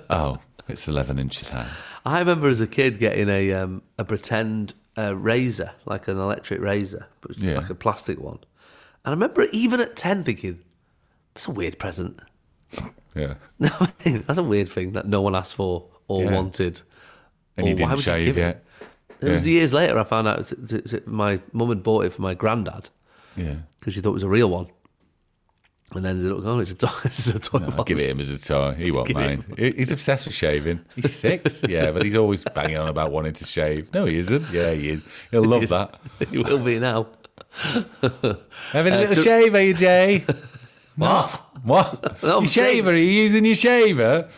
oh, it's eleven inches high. I remember as a kid getting a um, a pretend uh, razor, like an electric razor, but it was Yeah. like a plastic one. And I remember even at 10 thinking, that's a weird present. Yeah. No, I mean, that's a weird thing that no one asked for or Yeah. wanted. And Or you why didn't would you shave give it? yet. It was Yeah. years later I found out t- t- t- my mum had bought it for my granddad Yeah. because she thought it was a real one. And then ended up going, it's a toy. It's a toy I'll one. give it him as a toy. He won't Give mind. He- He's obsessed with shaving. He's six. yeah, but he's always banging on about wanting to shave. No, he isn't. Yeah, he is. He'll love that. it will be now. Having a Uh, little to- shave, are you, Jay? what? What? No, I'm Your serious. shaver? Are you using your shaver?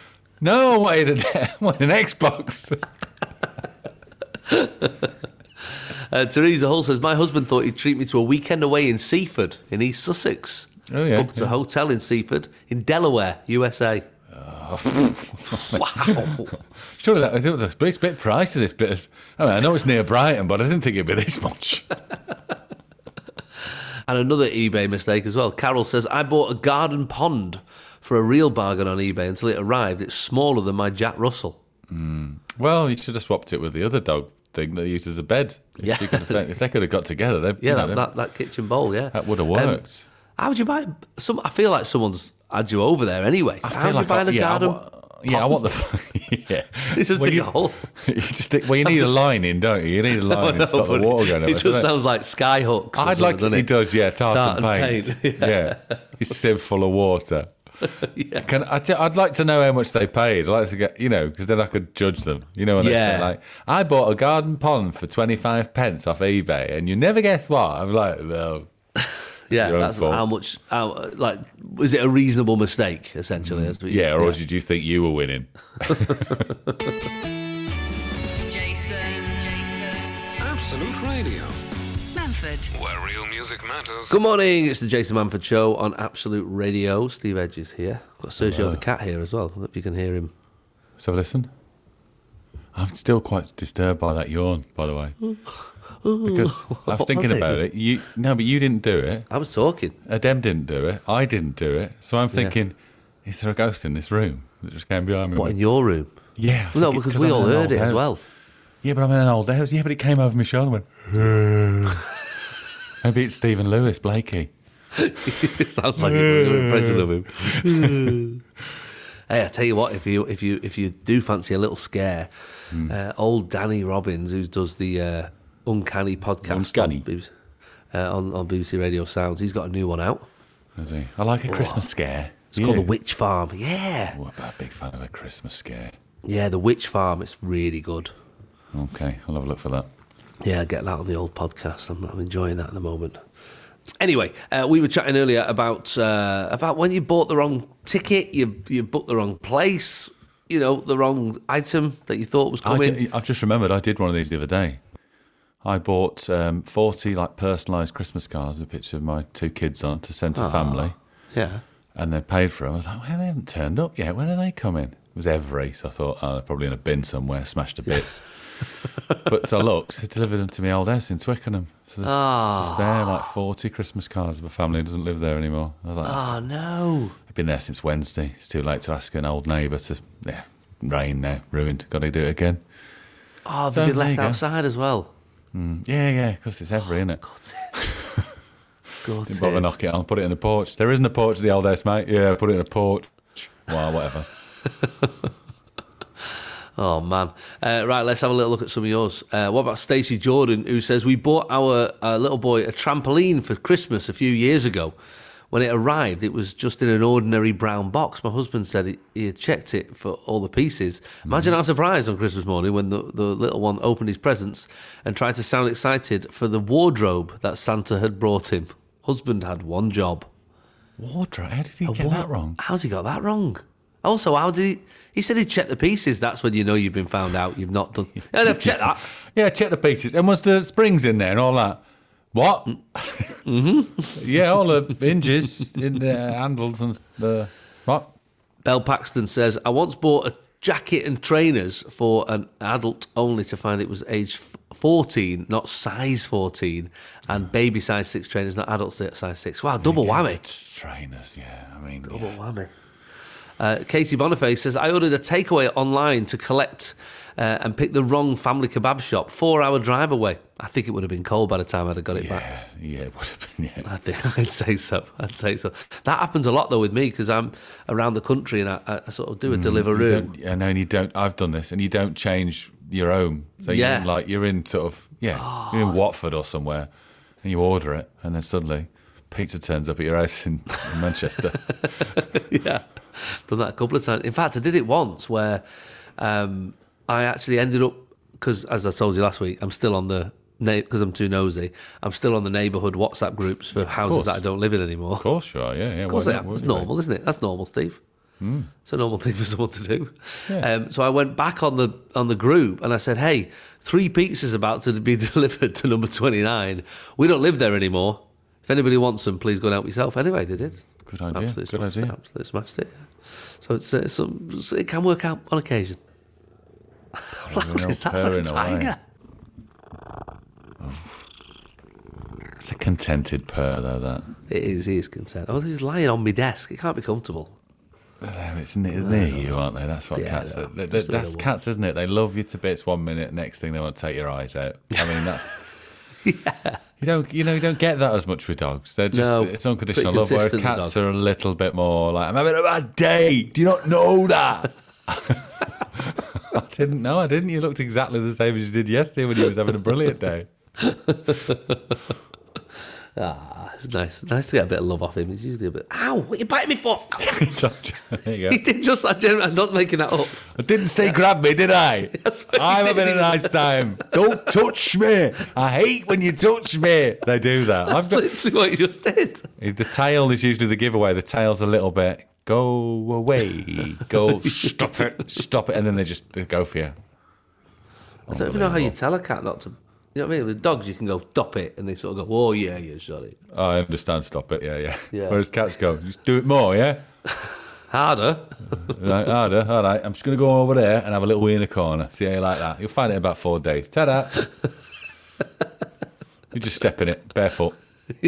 No, I wanted, a, I wanted an Xbox. Uh, Theresa Hull says, My husband thought he'd treat me to a weekend away in Seaford, in East Sussex. Oh, yeah, Booked yeah. a hotel in Seaford, in Delaware, USA. wow. Oh. Surely that I think it was a bit- it's a bit pricey. This bit. Of, I mean, I know it's near Brighton, but I didn't think it'd be this much. And another eBay mistake as well. Carol says, I bought a garden pond for a real bargain on eBay until it arrived. It's smaller than my Jack Russell. Well, you should have swapped it with the other dog thing that they used as a bed. If, Yeah. she could have- if they could have got together, they, Yeah, you know, that, that, that kitchen bowl, yeah. that would have Um, worked. how would you buy some? I feel like someone's had you over there anyway. I how feel would you I- buy a yeah, I garden? wa- yeah, I want the. yeah, It's just Well, dig you- a hole. You just think, well, you need a line in, don't you? You need a line Oh, in no, to stop the but water going. over, It doesn't just sounds like skyhooks. or I'd like to. something, He doesn't it? does, yeah. Tart, and paint. yeah. His sieve full of water. Yeah. Can I? T- I'd like to know how much they paid. I'd like to get, you know, because then I could judge them. You know, when they say Yeah. like, I bought a garden pond for twenty five pence off eBay, and you never guess what. I'm like, well, Yeah, Your own that's fault. how much. How, like, was it a reasonable mistake? Essentially, That's what you- Mm. yeah. Or did you think you were winning? Jason. Jason. Absolute Radio, Manford. where real music matters. Good morning. It's the Jason Manford Show on Absolute Radio. Steve Edge is here. got Sergio the cat here as well. I don't know if you can hear him. Let's have a listen. I'm still quite disturbed by that yawn, by the way, because I was What thinking was it? about it. You no, but you didn't do it. I was talking. Adem Uh, didn't do it. I didn't do it. So I'm thinking, is there a ghost in this room that just came behind me? What in your room? yeah. I No, think it- because we I'm all in an old heard it as house. well. Yeah, but I'm in an old house. Yeah, but it came over my shoulder and went, maybe it's Stephen Lewis, Blakey. it sounds like it was an impression of him. hey, I tell you what, if you if you if you do fancy a little scare, Hmm. uh, old Danny Robbins, who does the uh, Uncanny podcast Uncanny. on BBC, uh, on, on BBC Radio Sounds, he's got a new one out. Is he? I like a Christmas scare. It's called The Witch Farm. Yeah, What about a big fan of a Christmas scare? yeah, The Witch Farm. It's really good. Okay, I'll have a look for that. Yeah, I get that on the old podcast. I'm, I'm enjoying that at the moment. Anyway, uh, we were chatting earlier about uh, about when you bought the wrong ticket, you you booked the wrong place, you know, the wrong item that you thought was I coming. di- I've just remembered I did one of these the other day. I bought um, 40 like personalised Christmas cards with a picture of my two kids on to send to Ah. family. yeah, and they paid for them. I was like, well, they haven't turned up yet. When are they coming? It was every, so I thought, oh, they're probably in a bin somewhere, smashed to bits. but so I looked, they delivered them to my old house in Twickenham. So there's just there, like 40 Christmas cards of a family who doesn't live there anymore. I was like, oh no, I've been there since Wednesday. It's too late to ask an old neighbour to, yeah, rain now, ruined. Got to do it again. oh, So they've been there you left go. outside as well. Yeah, yeah, because it's every, innit? Got it. Got Didn't bother it. knock it on, put it in the porch. There isn't a porch at the old house, mate. Yeah, put it in a porch. Well, whatever. Oh man! Uh, right, let's have a little look at some of yours. Uh, what about Stacey Jordan, who says we bought our uh, little boy a trampoline for Christmas a few years ago. When it arrived, it was just in an ordinary brown box. My husband said he, he had checked it for all the pieces. Imagine our surprise on Christmas morning when the, the little one opened his presents and tried to sound excited for the wardrobe that Santa had brought him. Husband had one job. Wardrobe? How did he get What? that wrong? How's he got that wrong? Also, how did he? He said he checked the pieces. That's when you know you've been found out. You've not done. Yeah, they've checked that. Yeah, check the pieces. And was the springs in there and all that? What? mm-hmm. Mm. yeah, all the hinges in the handles and the what? Bell Paxton says, I once bought a jacket and trainers for an adult only to find it was age f- 14, not size 14, and baby size 6 trainers, not adult si- size 6. Wow, double whammy. Trainers, yeah. I mean, Double yeah. whammy. Uh, Katie Boniface says, I ordered a takeaway online to collect uh, and picked the wrong family kebab shop, four hour drive away. I think it would have been cold by the time I'd have got it back. yeah, yeah, it would have been. Yeah. I think I'd say so. I'd say so. That happens a lot though with me because I'm around the country and I, I I sort of do a Mm, You deliveroo. don't- I know, and you don't. I've done this, and you don't change your home. So you're Yeah. Oh, in, like you're in sort of yeah, you're in Watford or somewhere, and you order it, and then suddenly pizza turns up at your house in, in Manchester. yeah, done that a couple of times. In fact, I did it once where um, I actually ended up because, as I told you last week, I'm still on the because I'm too nosy. I'm still on the neighbourhood WhatsApp groups for houses course. that I don't live in anymore. of course you are. Yeah, yeah. Hmm. Of course I am. It's normal, isn't it? That's normal, Steve. It's a normal thing for someone to do. Um, so I went back on the on the group and I said, "Hey, three pizzas about to be delivered to number twenty nine. We don't live there anymore. If anybody wants them, please go and help yourself." Anyway, they did. Good idea. Absolutely Good smashed it. idea. Absolutely smashed it. So it's, uh, some, so it can work out on occasion. Loud as that's like a purring away. tiger. It's a contented purr though. That It is. He is content. Oh, he's lying on my desk. It can't be comfortable. Well, it's near, near you, aren't they? That's what Yeah, cats. they Are. are. Th- th- Just a that's little- cats, isn't it? They love you to bits one minute, next thing they want to take your eyes out. I mean, that's. You don't, you know, you don't get that as much with dogs. They're just, No, it's unconditional pretty love. Whereas consistent, the cats dog. are a little bit more like, I'm having a bad day. Do you not know that? I didn't know. I didn't. You looked exactly the same as you did yesterday when you was having a brilliant day. Ah, it's nice. Nice to get a bit of love off him. He's usually a bit. Ow! You bite me for? there you He go. did just that. Jeremy. I'm not making that up. I didn't say grab me, did I? That's what you I'm did. having a nice time. Don't touch me. I hate when you touch me. They do that. That's I've got, literally what you just did. the tail is usually the giveaway. The tail's a little bit go away, go stop it, stop it, and then they just they go for you. I don't even know how you tell a cat not to. You know what I mean? With dogs, you can go dop it, and they sort of go, "Oh yeah, yeah, sorry." I understand. Stop it. Yeah, yeah. Yeah. Whereas cats go, just do it more. Yeah. Harder. Right, harder. All right. I'm just gonna go over there and have a little wee in the corner. See how you like that. You'll find it in about four days. Ta-da. You're just stepping it barefoot,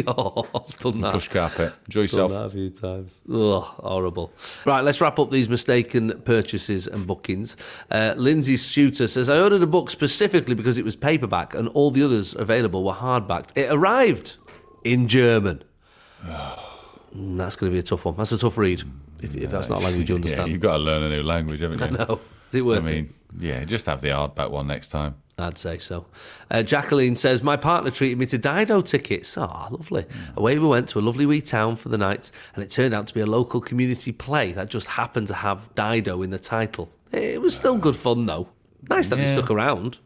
oh, I've done that. push carpet. Enjoy done yourself. that a few times. Ugh, horrible. Right, let's wrap up these mistaken purchases and bookings. Uh, Lindsay Shooter says, I ordered a book specifically because it was paperback and all the others available were hardbacked. It arrived in German. Mm, that's going to be a tough one. That's a tough read, if, if that's not a language you Yeah, understand. you've got to learn a new language, haven't you? no, is it I worth it? mean, yeah, just have the hardback one next time. I'd say so. Uh, Jacqueline says, My partner treated me to Dido tickets. Ah, lovely. Away we went to a lovely wee town for the night, and it turned out to be a local community play that just happened to have Dido in the title. It was still good fun, though. Nice that they Yeah. stuck around.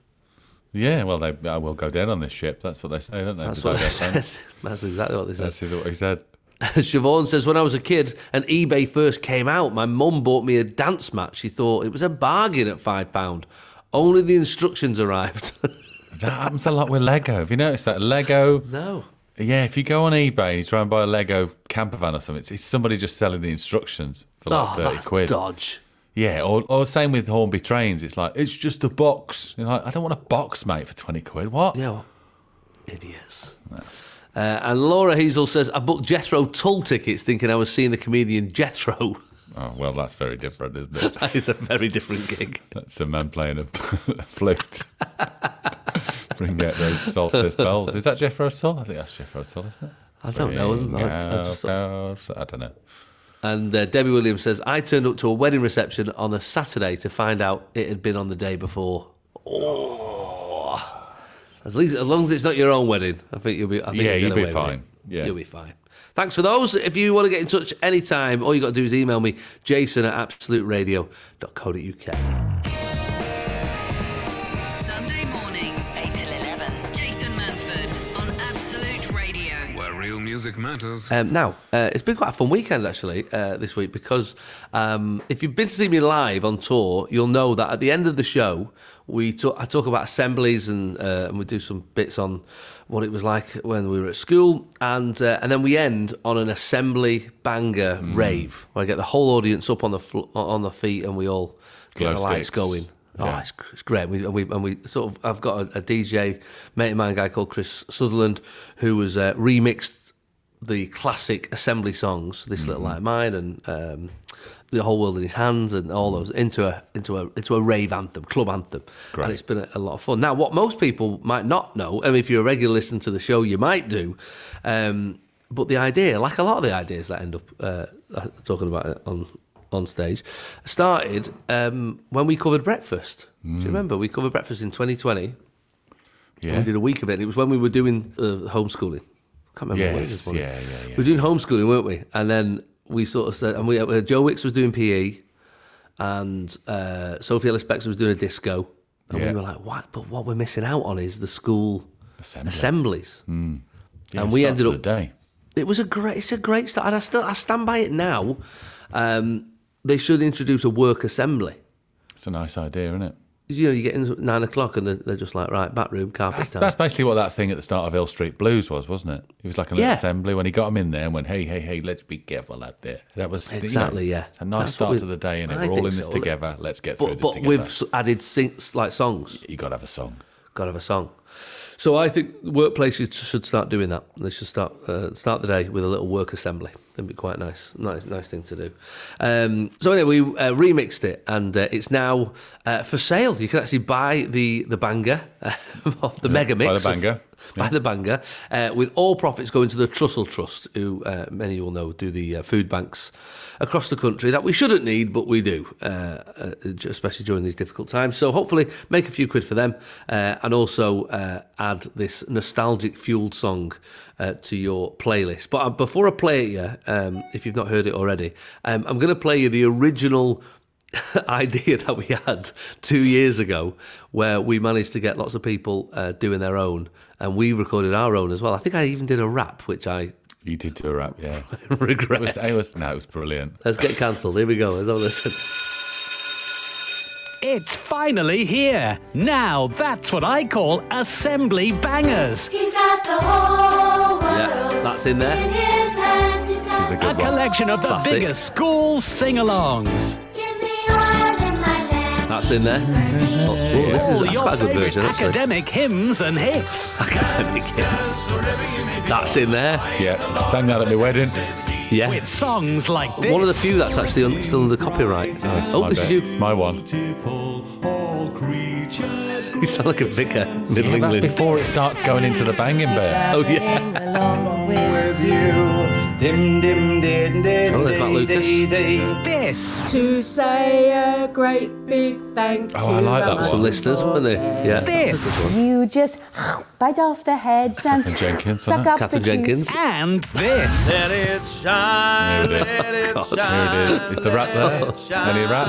Yeah, well, they I will go down on this ship. That's what they say, don't they? That's Did I what they get that? said. That's exactly what they said. That's what he said. Siobhan says, When I was a kid and eBay first came out, my mum bought me a dance mat. She thought it was a bargain at £5. Only the instructions arrived. That happens a lot with Lego. Have you noticed that? Lego. no. Yeah, if you go on eBay and you try and buy a Lego camper van or something, it's, it's somebody just selling the instructions for like Oh, 30 that's quid. dodge. Yeah, or, or same with Hornby Trains. It's like, it's just a box. You're like, I don't want a box, mate, for 20 quid. What? Yeah. Well, idiots. Uh, and Laura Hazel says, I booked Jethro Tull tickets thinking I was seeing the comedian Jethro. Oh, well, that's very different, isn't it? that is a very different gig. That's a man playing a flute. Bring out those solstice bells. Is that Jeff Tull? I think that's Jeff Tull, isn't it? I don't know. I- Bring I- I just out sort of- bells. I don't know. And uh, Debbie Williams says, I turned up to a wedding reception on a Saturday to find out it had been on the day before. Oh. As, least, as long as it's not your own wedding, I think you'll be. I think Yeah, you'll you'll get be away with fine. it. Yeah. You'll be fine. Thanks for those. If you want to get in touch anytime, all you got to do is email me, jason at absoluteradio.co.uk. Sunday mornings, 8 till 11. Jason Manford on Absolute Radio. Where real music matters. Um, now, uh, it's been quite a fun weekend actually uh, this week because um, if you've been to see me live on tour, you'll know that at the end of the show, we talk, I talk about assemblies and, uh, and we do some bits on what it was like when we were at school, and uh, and then we end on an assembly banger Mm. rave where I get the whole audience up on the fl- on the feet and we all get Glow the lights sticks. going. Oh, Yeah. it's, it's great. We, and we and we sort of I've got a, a DJ mate of mine, a guy called Chris Sutherland, who was uh, remixed the classic assembly songs, "This Little Mm-hmm. Light of Mine" and um, "The Whole World in His Hands" and all those into a into a into a rave anthem, club anthem, Great. and it's been a, a lot of fun. Now, what most people might not know, and if you're a regular listener to the show, you might do. Um, but the idea, like a lot of the ideas that end up uh, talking about it on on stage, started um, when we covered breakfast. Do you remember we covered breakfast in 2020? Mm. Yeah. We did a week of it. and It was when we were doing uh, homeschooling. Can't remember what it was. Yes, wasn't it? yeah, yeah, yeah. We were doing homeschooling, weren't we? And then we sort of said, and we uh, Joe Wicks was doing PE, and uh, Sophie Ellis Bex was doing a disco, and Yeah. we were like, what? But what we're missing out on is the school Assembly. Mm. assemblies. Yeah, and we starts ended of up the day. it was a great. It's a great start, and I still I stand by it now. Um, they should introduce a work assembly. It's a nice idea, isn't it? You know, you get in at nine o'clock, and they're, they're just like, right, back room, carpet That's, time. that's basically what that thing at the start of Hill Street Blues was, wasn't it? It was like an little Yeah. assembly when he got him in there and went, "Hey, hey, hey, let's be careful out there." That was you know, Exactly, yeah. It's a nice That's what start we- to the day, and I we're all think in this so. together. Let's get through but this but together. with s- added syncs like songs. you got to have a song. Got to have a song. So I think workplaces should start doing that. They should start uh, start the day with a little work assembly. That'd be quite nice, nice, nice thing to do. Um, so anyway, we uh, remixed it, and uh, it's now uh, for sale. You can actually buy the the banger off the mega mix the of- banger. by the banger, uh, with all profits going to the Trussell Trust, who uh, many will know do the uh, food banks across the country that we shouldn't need, but we do, uh, uh, especially during these difficult times. So hopefully, make a few quid for them, uh, and also uh, add this nostalgic fueled song uh, to your playlist. But uh, before I play it, you, um, if you've not heard it already, um, I'm going to play you the original idea that we had two years ago, where we managed to get lots of people uh, doing their own, and we recorded our own as well. I think I even did a rap, which I You did do a rap, yeah. regret. It was, it was, no, it was brilliant. Let's get cancelled. Here we go. Let's have a listen. It's finally here. Now, that's what I call assembly bangers. He's got the whole Yeah, world that's in in there. his hands. He's It was got a A good one. collection of the Classic. biggest school sing alongs. Give me oil in my lamp. That's in there. Oh, ooh, this is All that's your quite a good favourite version, actually. academic hymns and hits. Academic hymns. That's in there. Yeah, sang that at my wedding. Yeah. With songs like this. One of the few that's actually un- still under copyright. It's oh, my this bit. is It's you. my one. You sound like a vicar, Middle Yeah, that's England. before it starts going into the banging bit. Oh yeah. Oh, there's Matt Lucas. This. to say a great big thank Oh, I like that Some one. listeners, weren't they? Yeah. This. You just bite off the heads and Catherine Jenkins, suck wasn't it? up Catherine the juice. Jenkins. And this. Here it is. Here it is. It's the rap there. Any rap?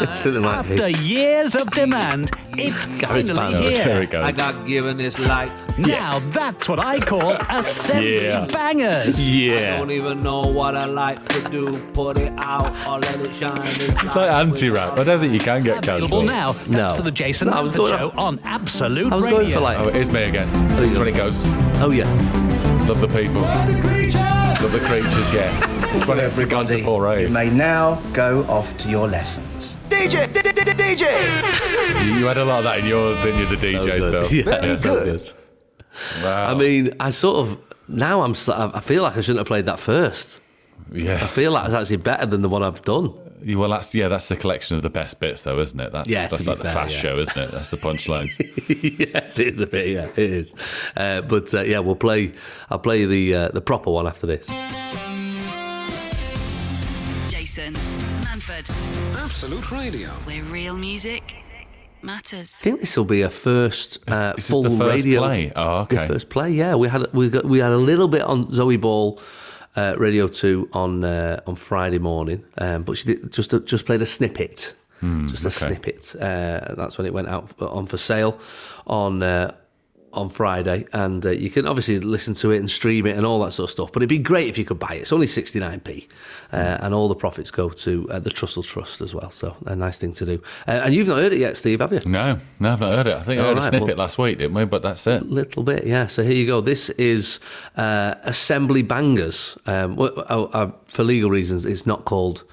I think they might be. After years of demand, it's Garage band. finally There here. it goes. got given this life. Now, that's what I call assembly Yeah. bangers. Yeah. even know what I like to do. Put it out or let it shine. It's like anti-rap. I don't think you can get Available cancelled. now. Thanks No. to the Jason No, I was Manford going- Show on Absolute I was Radio. going for Oh, like, it is me again. This is when it goes. oh yeah, Love the people. Love the creatures, yeah. It's when it's gone to full rave. You may now go off to your lessons. You you had a lot of that in yours, didn't you, the DJ Oh, good. stuff? Yeah, so good. Wow. I mean, I sort of now I'm. sl- I feel like I shouldn't have played that first. I yeah. feel like it's actually better than the one I've done. Yeah, Well, that's yeah, that's the collection of the best bits, though, isn't it? That's, Yeah, to that's be like the fair, fast yeah. show, isn't it? That's the punchlines. yes, it is a bit. Yeah, it is. Uh, but uh, yeah, we'll play. I'll play the uh, the proper one after this. Jason Manford, Absolute Radio. where real music matters. I think this will be a first uh, this is full the first radio play? Oh, the okay. first play. Yeah, we had we got, we had a little bit on Zoe Ball. Uh, Radio Two on uh, on Friday morning, um, but she did, just just played a snippet, Hmm, just a snippet. Uh, that's when it went out on for sale on uh, on Friday, and uh, you can obviously listen to it and stream it and all that sort of stuff. But it'd be great if you could buy it. It's only 69p, uh, Hmm. and all the profits go to uh, the Trussell Trust as well. So a nice thing to do. Uh, and you've not heard it yet, Steve, have you? No, no, I've not heard it. I think I All heard a right, snippet well- last week, didn't we? But that's it. little bit, yeah. So here you go. This is uh, Assembly Bangers. Um, wh- oh, uh, for legal reasons, it's not called.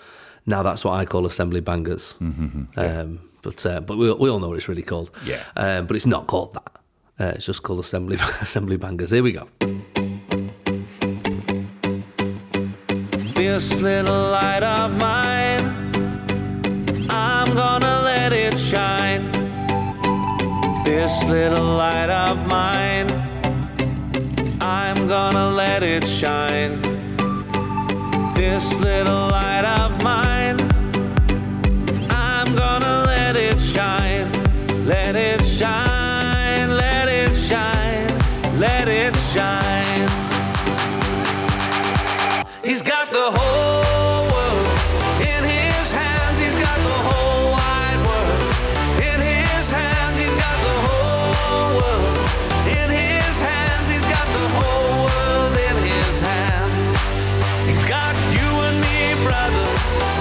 Now that's what I call Assembly Bangers. Mm-hmm, um, but uh, but we, all- we all know what it's really called. Yeah. Um, but it's not called that. Uh, it's just called Assembly Assembly Bangers. Here we go. This little light of mine, I'm gonna let it shine. This little light of mine, I'm gonna let it shine. This little light of mine, I'm gonna let it shine. Let it shine, let it shine, let it shine. He's got the whole world in his hands. He's got the whole wide world in his hands. He's got the whole world in his hands. He's got the whole world in his hands. He's got you and me, brother,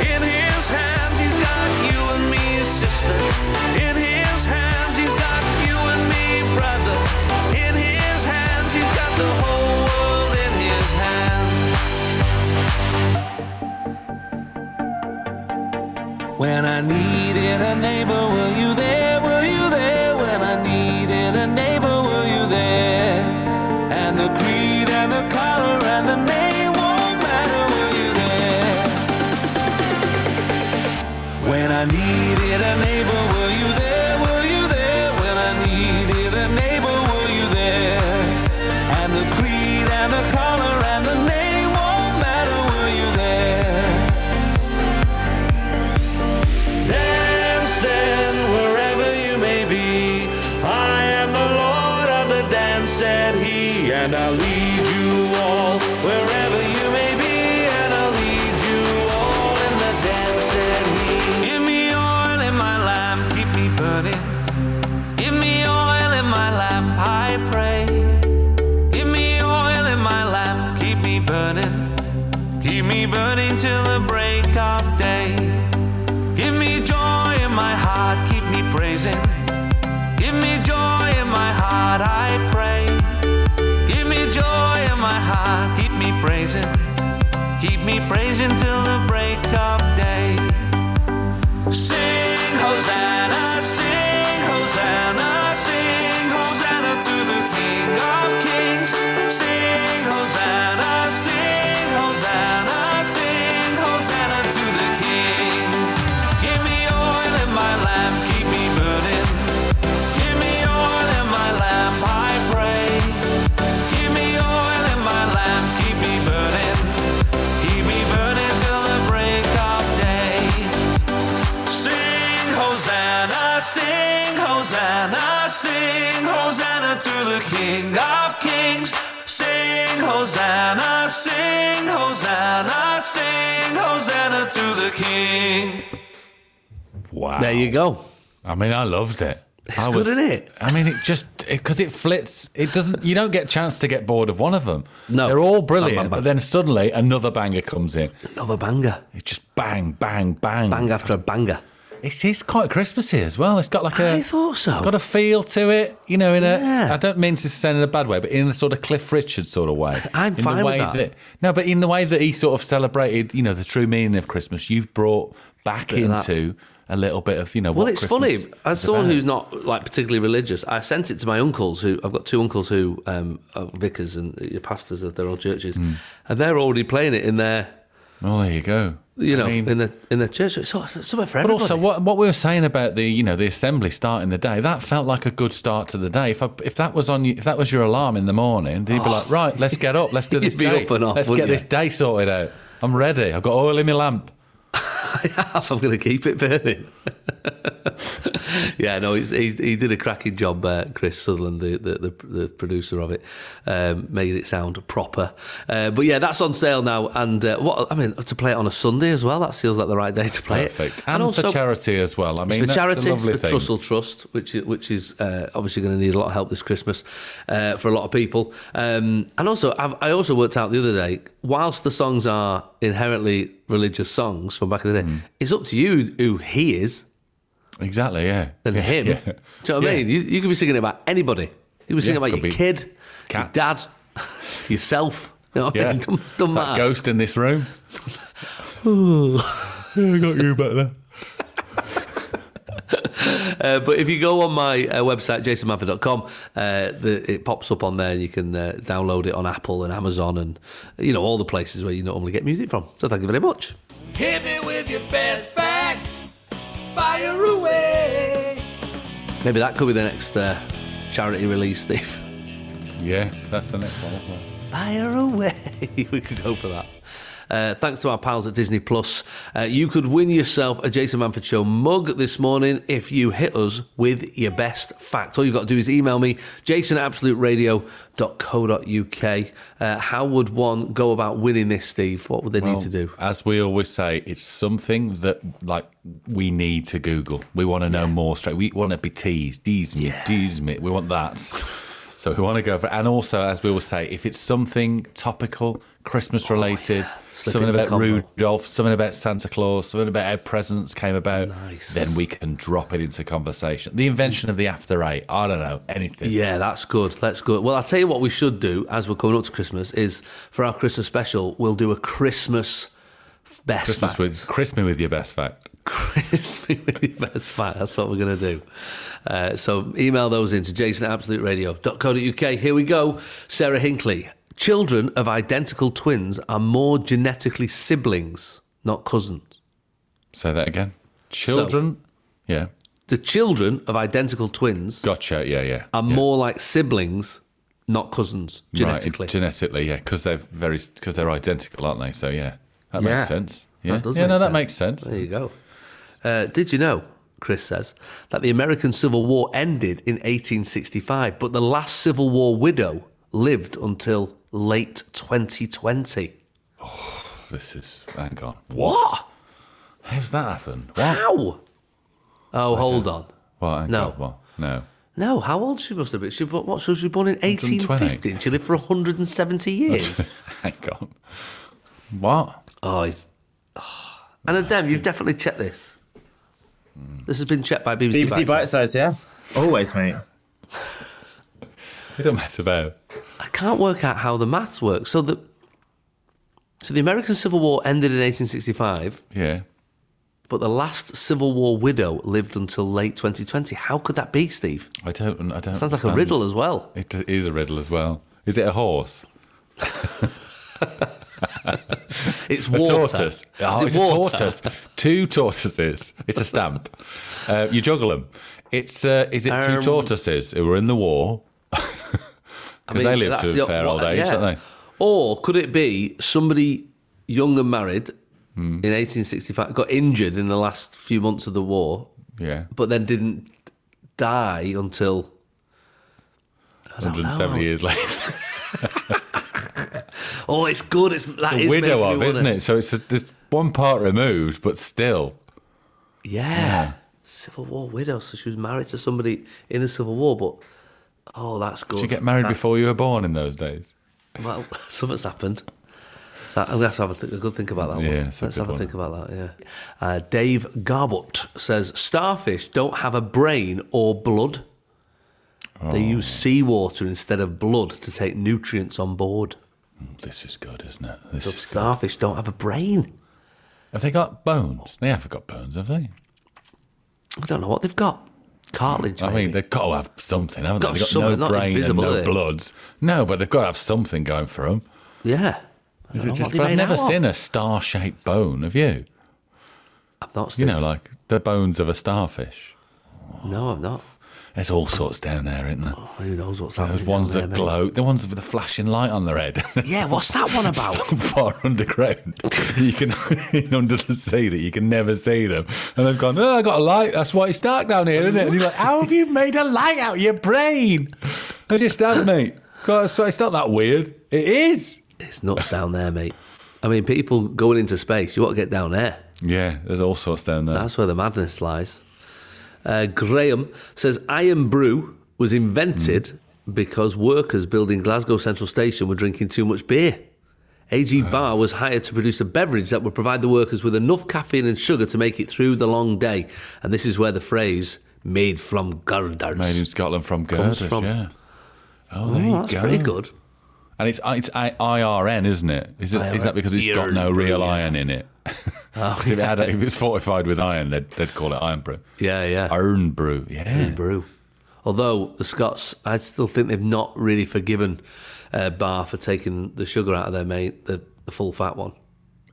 in his hands. He's got you and me, sister, in his hands. He's got you and me, brother, in his hands. He's got the whole world in his hands. When I needed a neighbor, were you there? Were you there? When I needed a neighbor, were you there? And the creed and the color and the name won't matter, were you there? When I needed a neighbor, were you there? Were you there? When I needed a neighbor, were you there? And the creed and the color and the name won't matter, were you there? Dance then wherever you may be. I am the Lord of the dance, said he, and I'll lead you all wherever you may be, and I'll lead you all in the dance, said he. Give me oil in my lamp, keep me burning. Give me oil in my lamp, I pray. Give me oil in my lamp, keep me burning. Keep me burning till the break of day. Give me joy in my heart, keep me praising. Give me joy in my heart, I pray. Give me joy in my heart, keep me praising. Keep me praising till the break of day. Sing Hosanna, sing Hosanna, sing Hosanna to the King of Kings. Sing Hosanna, sing Hosanna, sing Hosanna to the King. Give me oil in my lamp, keep me burning. Give me oil in my lamp, I pray. Give me oil in my lamp, keep me burning. Keep me burning till the break of day. Sing Hosanna, sing Hosanna, sing Hosanna to the King of Kings. Sing Hosanna, sing Hosanna, sing Hosanna to the King. Wow. There you go. I mean, I loved it. I good, isn't it? I mean, it just because it, flits. It doesn't. You don't get a chance to get bored of one of them. No. they're all Bang, bang, brilliant. bang. But then suddenly another banger comes in. Another banger. It's just bang, bang, bang. Bang after a banger. It's, it's quite Christmassy as well. It's got like a. I thought so. It's got a feel to it, you know. In a, Yeah. I don't mean to sound in a bad way, but in a sort of Cliff Richard sort of way. I'm in the fine with way that. No, but in the way that he sort of celebrated, you know, the true meaning of Christmas, you've brought back Bit of that. into a little bit of, you know, Well, what it's Christmas funny. As is someone about. who's not like particularly religious, I sent it to my uncles. Who I've got two uncles who um, are vicars and uh, pastors of their own churches, Hmm. and they're already playing it in their Well, there you go. you I know mean, in the in their church. So It's sort of somewhere for but everybody. also what what we were saying about the you know the assembly starting the day that felt like a good start to the day. If I, if that was on you, if that was your alarm in the morning, then you'd be like, right, let's get up, let's do Oh. You'd this be day, up and off, let's wouldn't get you? this day sorted out. I'm ready. I've got oil in my lamp. I'm going to keep it burning. yeah, no, he's, he he did a cracking job, uh, Chris Sutherland, the, the the the producer of it, um, made it sound proper. Uh, but yeah, that's on sale now, and uh, what I mean to play it on a Sunday as well. That feels like the right day to play Perfect. it. And, for charity as well. I mean, Eh, it's for that's charity, a it's lovely the thing. Trussell Trust, which is, which is uh, obviously going to need a lot of help this Christmas uh, for a lot of people. Um, and also, I've, I also worked out the other day, whilst the songs are inherently religious songs from back in the Hmm. day, it's up to you who he is Exactly, yeah. than Yeah, him. yeah. Do you know what I Yeah. mean? You, you could be singing about anybody. You could be singing Yeah, about could your be kid, cat. your dad, yourself. You know what I Yeah. mean? Doesn't, doesn't that matter. ghost in this room. yeah, I got you back there. Uh, but if you go on my uh, website, jasonmanford.com, uh, the, it pops up on there and you can uh, download it on Apple and Amazon and, you know, all the places where you normally get music from. So thank you very much. Hit me with your best fact. Fire away. Maybe that could be the next uh, charity release, Steve. Yeah, that's the next one. Isn't it? Fire away. we could go for that. Uh, thanks to our pals at Disney Plus. Uh, you could win yourself a Jason Manford Show mug this morning if you hit us with your best fact. All you've got to do is email me, jason at absoluteradio.co.uk. Uh, how would one go about winning this, Steve? What would they need Well, to do? As we always say, it's something that like we need to Google. We want to know more straight. We want to be teased, tease me, tease me. We want that. so we want to go for. And also, as we will say, if it's something topical, Christmas related. Oh, Slip Something into about combo. Rudolph, something about Santa Claus, something about how presents came about. Then we can drop it into conversation. The invention of the after eight. I don't know anything. Yeah, that's good. Let's go. Well, I'll tell you what we should do as we're coming up to Christmas is for our Christmas special, we'll do a Christmas f- best Christmas fact. with Christmas with your best fact. crispy with your best fight. That's what we're going to do. Uh, so email those in to jason at absoluteradio.co.uk. Here we go. Sarah Hinkley. Children of identical twins are more genetically siblings, not cousins. Say that again. Children. yeah. The children of identical twins Gotcha. Yeah, yeah. are yeah. more like siblings, not cousins, Right, genetically. genetically, yeah, because they're very because they're identical, aren't they? So yeah, that Yeah. makes sense. Yeah, does yeah, make no, sense. that makes sense. There you go. Uh, did you know, Chris says, that the American Civil War ended in 1865, but the last Civil War widow lived until late 2020? This is hang on. What? How's that happen? What? How? Oh, hold on. What? hang No. on, what? No. No, how old she must have been? She, what, she was born in 1850 and she lived for 170 years. hang on. What? oh, it's- oh. and Adam, you've definitely checked this. This has been checked by BBC, BBC bite Bites. size, yeah. Always, mate. It don't mess about. I can't work out how the maths works. So the so the American Civil War ended in 1865, Yeah. but the last Civil War widow lived until late 2020. How could that be, Steve? I don't. I don't. Sounds like a understand. riddle as well. It is a riddle as well. Is it a horse? It's A water. tortoise. Oh, Is it's it a water? tortoise. Two tortoises. It's a stamp. Uh, you juggle them. It's uh, is it two Um, tortoises who were in the war? Because they live that's to the- a fair old what- age, yeah. don't they? Or could it be somebody young and married Hmm. in 1865 got injured in the last few months of the war, Yeah, but then didn't die until 170 years later. oh, it's good. It's that a is widow making me of, isn't wanna- it? So it's a, there's one part removed, but still. Yeah. Civil War widow. So she was married to somebody in the Civil War, but oh, that's good. Did you get married before you were born in those days? Well, something's happened. That, I'm going to have to have a, th- a good think about that Yeah, one. it's a Let's good have a one. think about that, yeah. Uh, Dave Garbutt says starfish don't have a brain or blood. They Oh. use seawater instead of blood to take nutrients on board. This is good, isn't it? This is good. Starfish don't have a brain. Have they got bones? They haven't got bones, have they? I don't know what they've got. Cartilage, I mean, maybe. they've got to have something, haven't they? Got They've got something, no not brain and invisible, eh? are no they? bloods. No, but they've got to have something going for them. yeah. I don't know what Just, they but I've made Oh, never out of. seen a star-shaped bone. Have you? I've not seen You know, like the bones of a starfish. No, I've not. There's all sorts down there, isn't there? Oh, Who knows what's happening? There's ones down that there, mate. glow. The ones with the flashing light on their head. Yeah, what's that one about? so far underground, you can under the sea that you can never see them. And they've gone, oh, I got a light. That's why it's dark down here, isn't it? And you're like, how have you made a light out of your brain? I just don't, mate. God, it's it's not that weird. It is. It's nuts down there, mate. I mean, people going into space, you want to get down there. Yeah, there's all sorts down there. That's where the madness lies. Uh, Graham says Iron Brew was invented because workers building Glasgow Central Station were drinking too much beer. AG Uh-huh. Bar was hired to produce a beverage that would provide the workers with enough caffeine and sugar to make it through the long day. And this is where the phrase made from girders Made in Scotland from Comes Girders, from- yeah. Oh, there Oh, you that's go. pretty good. And it's it's I, IRN, isn't it? Is, it, is that because it's got no Iron brew, real yeah. iron in it? 'Cause if, it had, if it was fortified with iron, they'd, they'd call it iron brew. Yeah, yeah. Iron brew, yeah. Iron Brew. Although the Scots, I still think they've not really forgiven uh, Bar for taking the sugar out of their mate, the, the full fat one.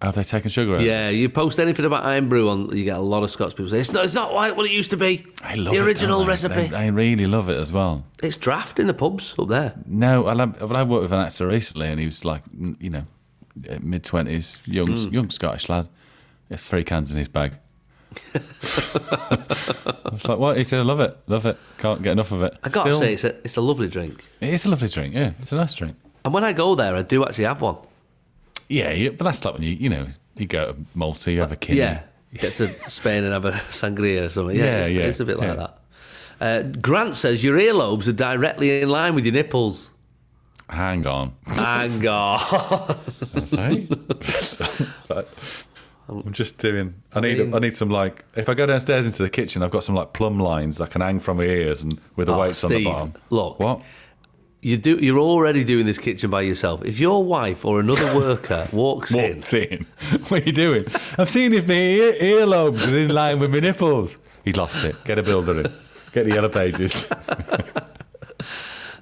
Have they taken sugar out? Yeah, you post anything about Iron Brew on, you get a lot of Scots people say it's not, it's not like what it used to be. I love the it, original don't I? recipe. I, I really love it as well. It's draft in the pubs up there. No, I love, well, I worked with an actor recently, and he was like, mm, you know, mid twenties, young Hmm. young Scottish lad. He has three cans in his bag. I was like, what? He said, I love it, love it. Can't get enough of it. I gotta Still- say, it's a it's a lovely drink. it is a lovely drink. Yeah, it's a nice drink. And when I go there, I do actually have one. Yeah, yeah, but that's like when you you know you go to Malta, you have a kid. Yeah, get to Spain and have a sangria or something. Yeah, Yeah, it's, yeah, it's a bit like yeah. that. Uh, Grant says your earlobes are directly in line with your nipples. Hang on. Hang on. Right? I'm just doing. I need. mean- I need some like. If I go downstairs into the kitchen, I've got some like plumb lines I can hang from my ears and with the Oh, weights on the Steve, bottom. look. What? You do. You're already doing this kitchen by yourself. If your wife or another worker walks in, Walked in. what are you doing? I'm seeing if my ear- earlobes are in line with my nipples. He's lost it. Get a builder in. Get the yellow pages.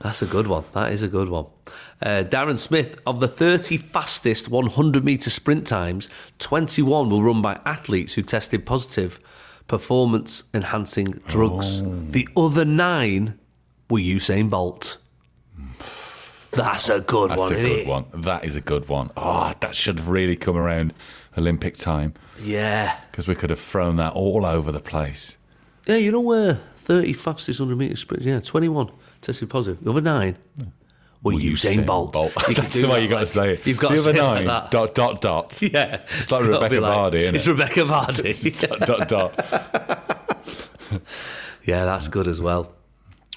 That's a good one. That is a good one. Uh, Darren Smith, of the 30 fastest 100 metre sprint times, 21 were run by athletes who tested positive performance enhancing drugs. Oh. The other nine were Usain Bolt. That's a good Hmm. one, That's eh? a isn't good it? one. That is a good one. Ah, that should have really come around Olympic time Yeah. because we could have thrown that all over the place. Yeah, you know where 30 fastest 100 metre sprints, yeah, 21 tested positive. The other nine were Usain, Bolt. You can That's do the way that, you got to like- say it. You've got the to other say it nine. like that. Dot dot dot. Yeah. It's like gotta be Rebecca Vardy, isn't It's it? Rebecca Vardy. dot dot dot. Yeah, that's good as well.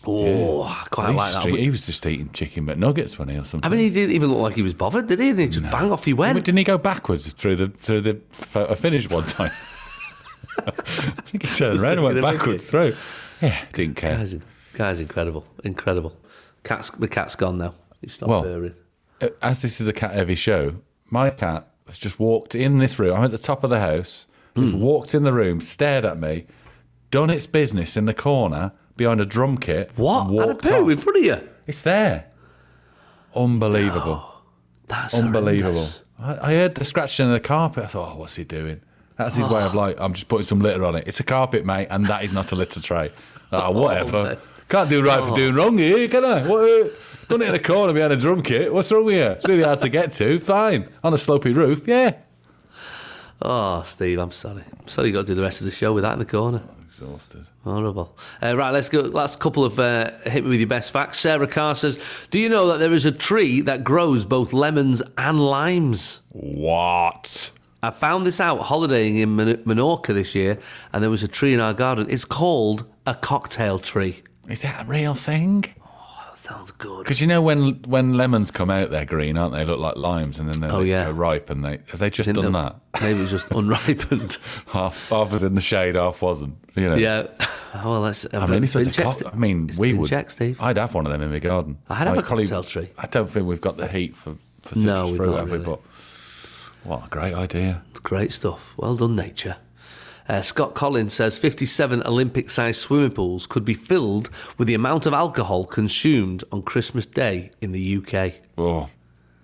Oh, I quite He was like just that. eating- he was just eating chicken McNuggets when he or I something. mean, he didn't even look like he was bothered, did he? And he just bang off he Well, went. didn't he go backwards through the through the photo finish one time? I think he turned around and went taking a backwards through. Yeah, didn't care. Guy's, guy's incredible, incredible. Cat's the cat's gone now. He stopped Well, purring. Uh, As this is a cat heavy show, my cat has just walked in this room. I'm at the top of the house. Hmm. Just walked in the room, stared at me, done its business in the corner behind a drum kit. What? and Had a walked poo off. in front of you? It's there. Unbelievable. That's Unbelievable. horrendous. I, I heard the scratching of the carpet. I thought, oh, what's he doing? That's his Ah. way of like, I'm just putting some litter on it. It's a carpet, mate, and that is not a litter tray. Ah, whatever. Oh, mate. Oh. Can't do right for doing wrong here, can I? What, uh, done it in a corner behind a drum kit. What's wrong with you? It's really hard to get to. Fine. On a slopey roof, yeah. Oh, Steve, I'm sorry. I'm sorry you got to do the rest of the show with that in the corner. Exhausted. Horrible. Uh, right, let's go. Last couple of uh, hit me with your best facts. Sarah Carr says, "Do you know that there is a tree that grows both lemons and limes?" What? I found this out holidaying in Min- Menorca this year, and there was a tree in our garden. It's called a cocktail tree. Is that a real thing? That sounds good. Because you know when when lemons come out, they're green, aren't they? Look like limes, and then they're, Oh, yeah. they're ripe, and they have they just Didn't done know- that. Maybe it was just unripened. half half was in the shade, half wasn't. You know. yeah. Well, that's. I mean, if there's a cock, I mean, we would. Check, Steve. I'd have one of them in my garden. I had have a probably- cocktail tree. I don't think we've got the heat for for citrus No, we've fruit, not have we? really. But what a great idea! Great stuff. Well done, nature. Uh, Scott Collins says 57 Olympic sized swimming pools could be filled with the amount of alcohol consumed on Christmas Day in the UK. Oh,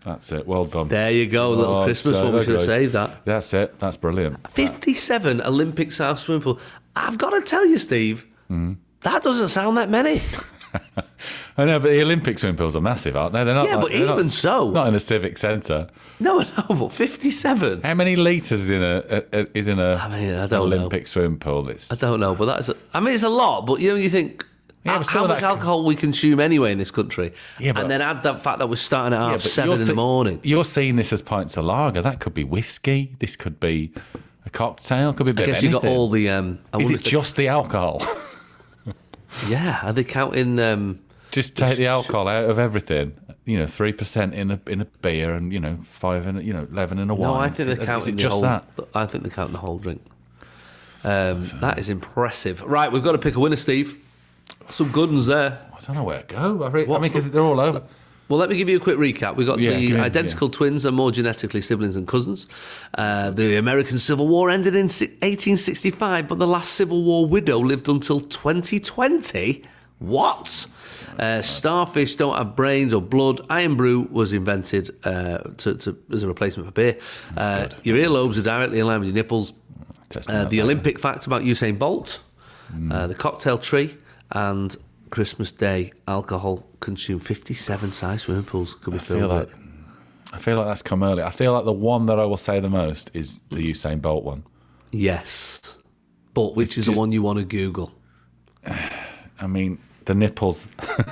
that's it. Well done. There you go, little Oh, Christmas so one. We should have good. saved that. That's it. That's brilliant. Mm-hmm. 57 Olympic sized swimming pool. I've got to tell you, Steve, That doesn't sound that many. I know, but the Olympic swimming pools are massive, aren't they? They're not. Yeah, like- but they're not- even so- not in a civic centre. No, no, but 57. How many litres is in a, a, a- is in a I mean, I don't know. Olympic swimming pool? It's I don't know, but that's. I mean, it's a lot, but you know, you think Yeah, how- but some how of much that- alcohol we consume anyway in this country, Yeah, but- and then add that fact that we're starting at half Yeah, but seven you're in the thi- morning. You're seeing this as pints of lager. That could be whiskey. This could be a cocktail. Could be. A I bit guess of you got anything. all the. Um, I Is wonder it if they- just the alcohol? Yeah, are they counting? Um, just take the alcohol out of everything. You know, three percent in a in a beer, and you know, five in a, you know, eleven in a wine. no, I think Is- they're counting the Is it just whole. that? I think they're counting the whole drink. Um, that is impressive. Right, we've got to pick a winner, Steve. Some good ones there. I don't know where to go. I, re- I What's mean, the- uh, because they're all over. Well, let me give you a quick recap. We got Yeah, the give me- identical twins are more genetically siblings than cousins. Uh, the American Civil War ended in si- 1865, but the last Civil War widow lived until 2020. What? Uh, starfish don't have brains or blood. Iron brew was invented uh, to, to, as a replacement for beer. Uh, your earlobes are directly in line with your nipples. Testing Uh, out the that. Olympic fact about Usain Bolt, Hmm. uh, the cocktail tree, and Christmas Day alcohol consumed 57 size swimming pools could be I feel filled like with. I feel like that's come early. I feel like the one that I will say the most is the Usain Bolt one. Yes. But which It's is just- the one you want to Google? I mean, the nipples. But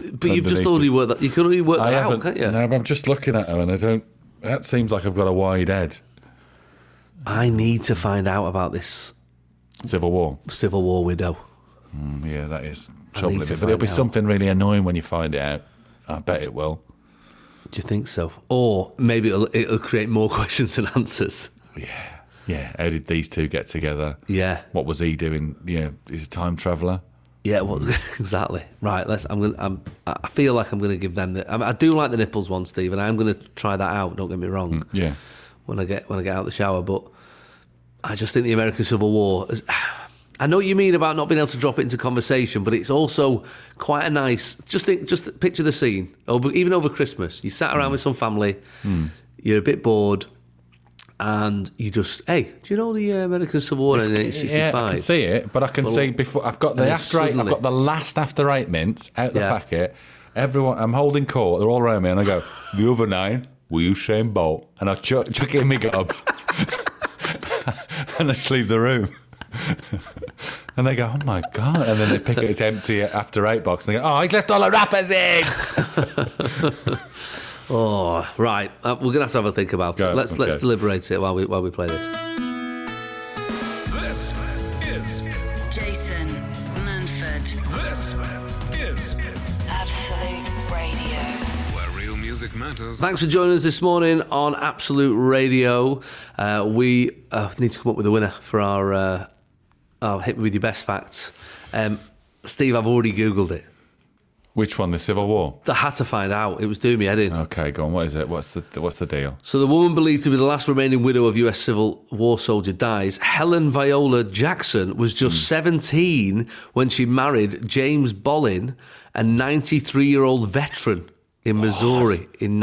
you've just Underneath already worked that. You can already work I that out, haven't. can't you? No, but I'm just looking at her, and I don't. That seems like I've got a wide head. I need to find out about this Civil War. Civil War widow. Yeah, that is need troubling. to But it'll find be out. something really annoying when you find it out. I bet it will. Do you think so? Or maybe it'll, it'll create more questions and answers. Yeah. Yeah. How did these two get together? Yeah. What was he doing? You know, he's a time traveller. Yeah, well, exactly. Right, let's. I'm gonna. I'm, I I feel like I'm gonna give them the. I, mean, I do like the nipples one, Steve, and I'm gonna try that out. Don't get me wrong. Yeah. When I get when I get out of the shower, but I just think the American Civil War. Is, I know what you mean about not being able to drop it into conversation, but it's also quite a nice. Just think, just picture the scene over even over Christmas. You sat Mm. around with some family. You're a bit bored. And you just, hey, do you know the uh, American Civil War in Yeah, I can 1865? see it, but I can Well, see before I've got the and after eight, I've suddenly- got the last after eight mints out the Yeah. packet. Everyone, I'm holding court. They're all around me, and I go, "The other nine, were you Shane Bolt?" And I chuck, chuck it in my gob, and I just leave the room. and they go, "Oh my god!" And then they pick it. It's empty after eight box, and they go, "Oh, he's left all the wrappers in." Oh, right. Uh, we're gonna have to have a think about Go, it. Let's let's okay. deliberate it while we while we play this. This is Jason Manford, this is Absolute Radio. where real music matters. Thanks for joining us this morning on Absolute Radio. Uh, we uh, need to come up with a winner for our uh, our hit me with your best facts. Um, Steve, I've already googled it. Which one? The Civil War. I had to find out. It was doing me head in. Okay, go on. What is it? What's the what's the deal? So the woman believed to be the last remaining widow of US Civil War soldier dies. Helen Viola Jackson was just Hmm. 17 when she married James Bollin, a 93-year-old veteran in Missouri in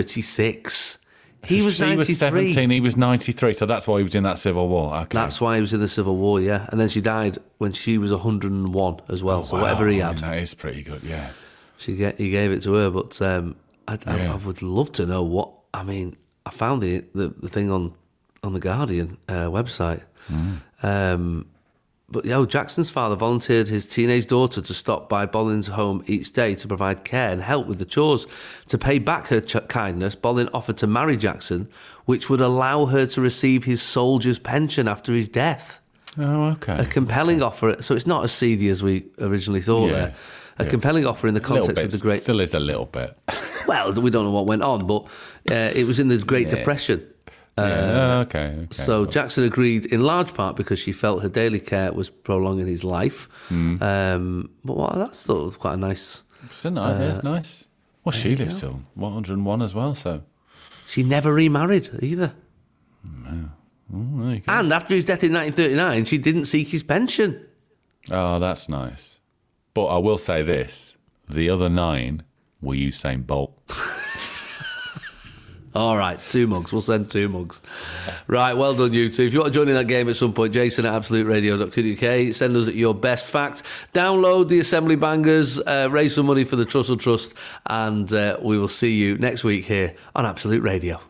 1936. He was she 93. was 17, he was 93, so that's why he was in that Civil War. Okay. That's why he was in the Civil War, yeah. And then she died when she was 101 as well. so Oh, Wow, whatever he I mean, had, that is pretty good, yeah. she get, he gave it to her. But um, I, I, Yeah. I would love to know what. I mean, I found the the, the thing on on the Guardian uh, website. Mm. Um, but yeah, Jackson's father volunteered his teenage daughter to stop by Bollin's home each day to provide care and help with the chores. To pay back her ch- kindness, Bollin offered to marry Jackson, which would allow her to receive his soldier's pension after his death Oh, okay. a compelling offer. So it's not as seedy as we originally thought. Yeah. There, a Yeah. compelling offer in the Little context bit, of the Great. Uh, Still is a little bit. Well, we don't know what went on, but uh, it was in the Great Depression. Yeah, oh, okay, okay. So Jackson agreed in large part because she felt her daily care was prolonging his life. Um, but wow, that's sort of quite a nice. Still nice, uh, yeah, nice. Well, she lived till 101 as well, so. She never remarried either. Oh, there you go. And after his death in 1939, she didn't seek his pension. Oh, that's nice. But I will say this the other nine were Usain Bolt. All right, two mugs. We'll send two mugs. Right, well done, you two. If you want to join in that game at some point, Jason at absoluteradio.co.uk. Send us your best fact. Download the Assembly Bangers, uh, raise some money for the Trussell Trust, and uh, we will see you next week here on Absolute Radio.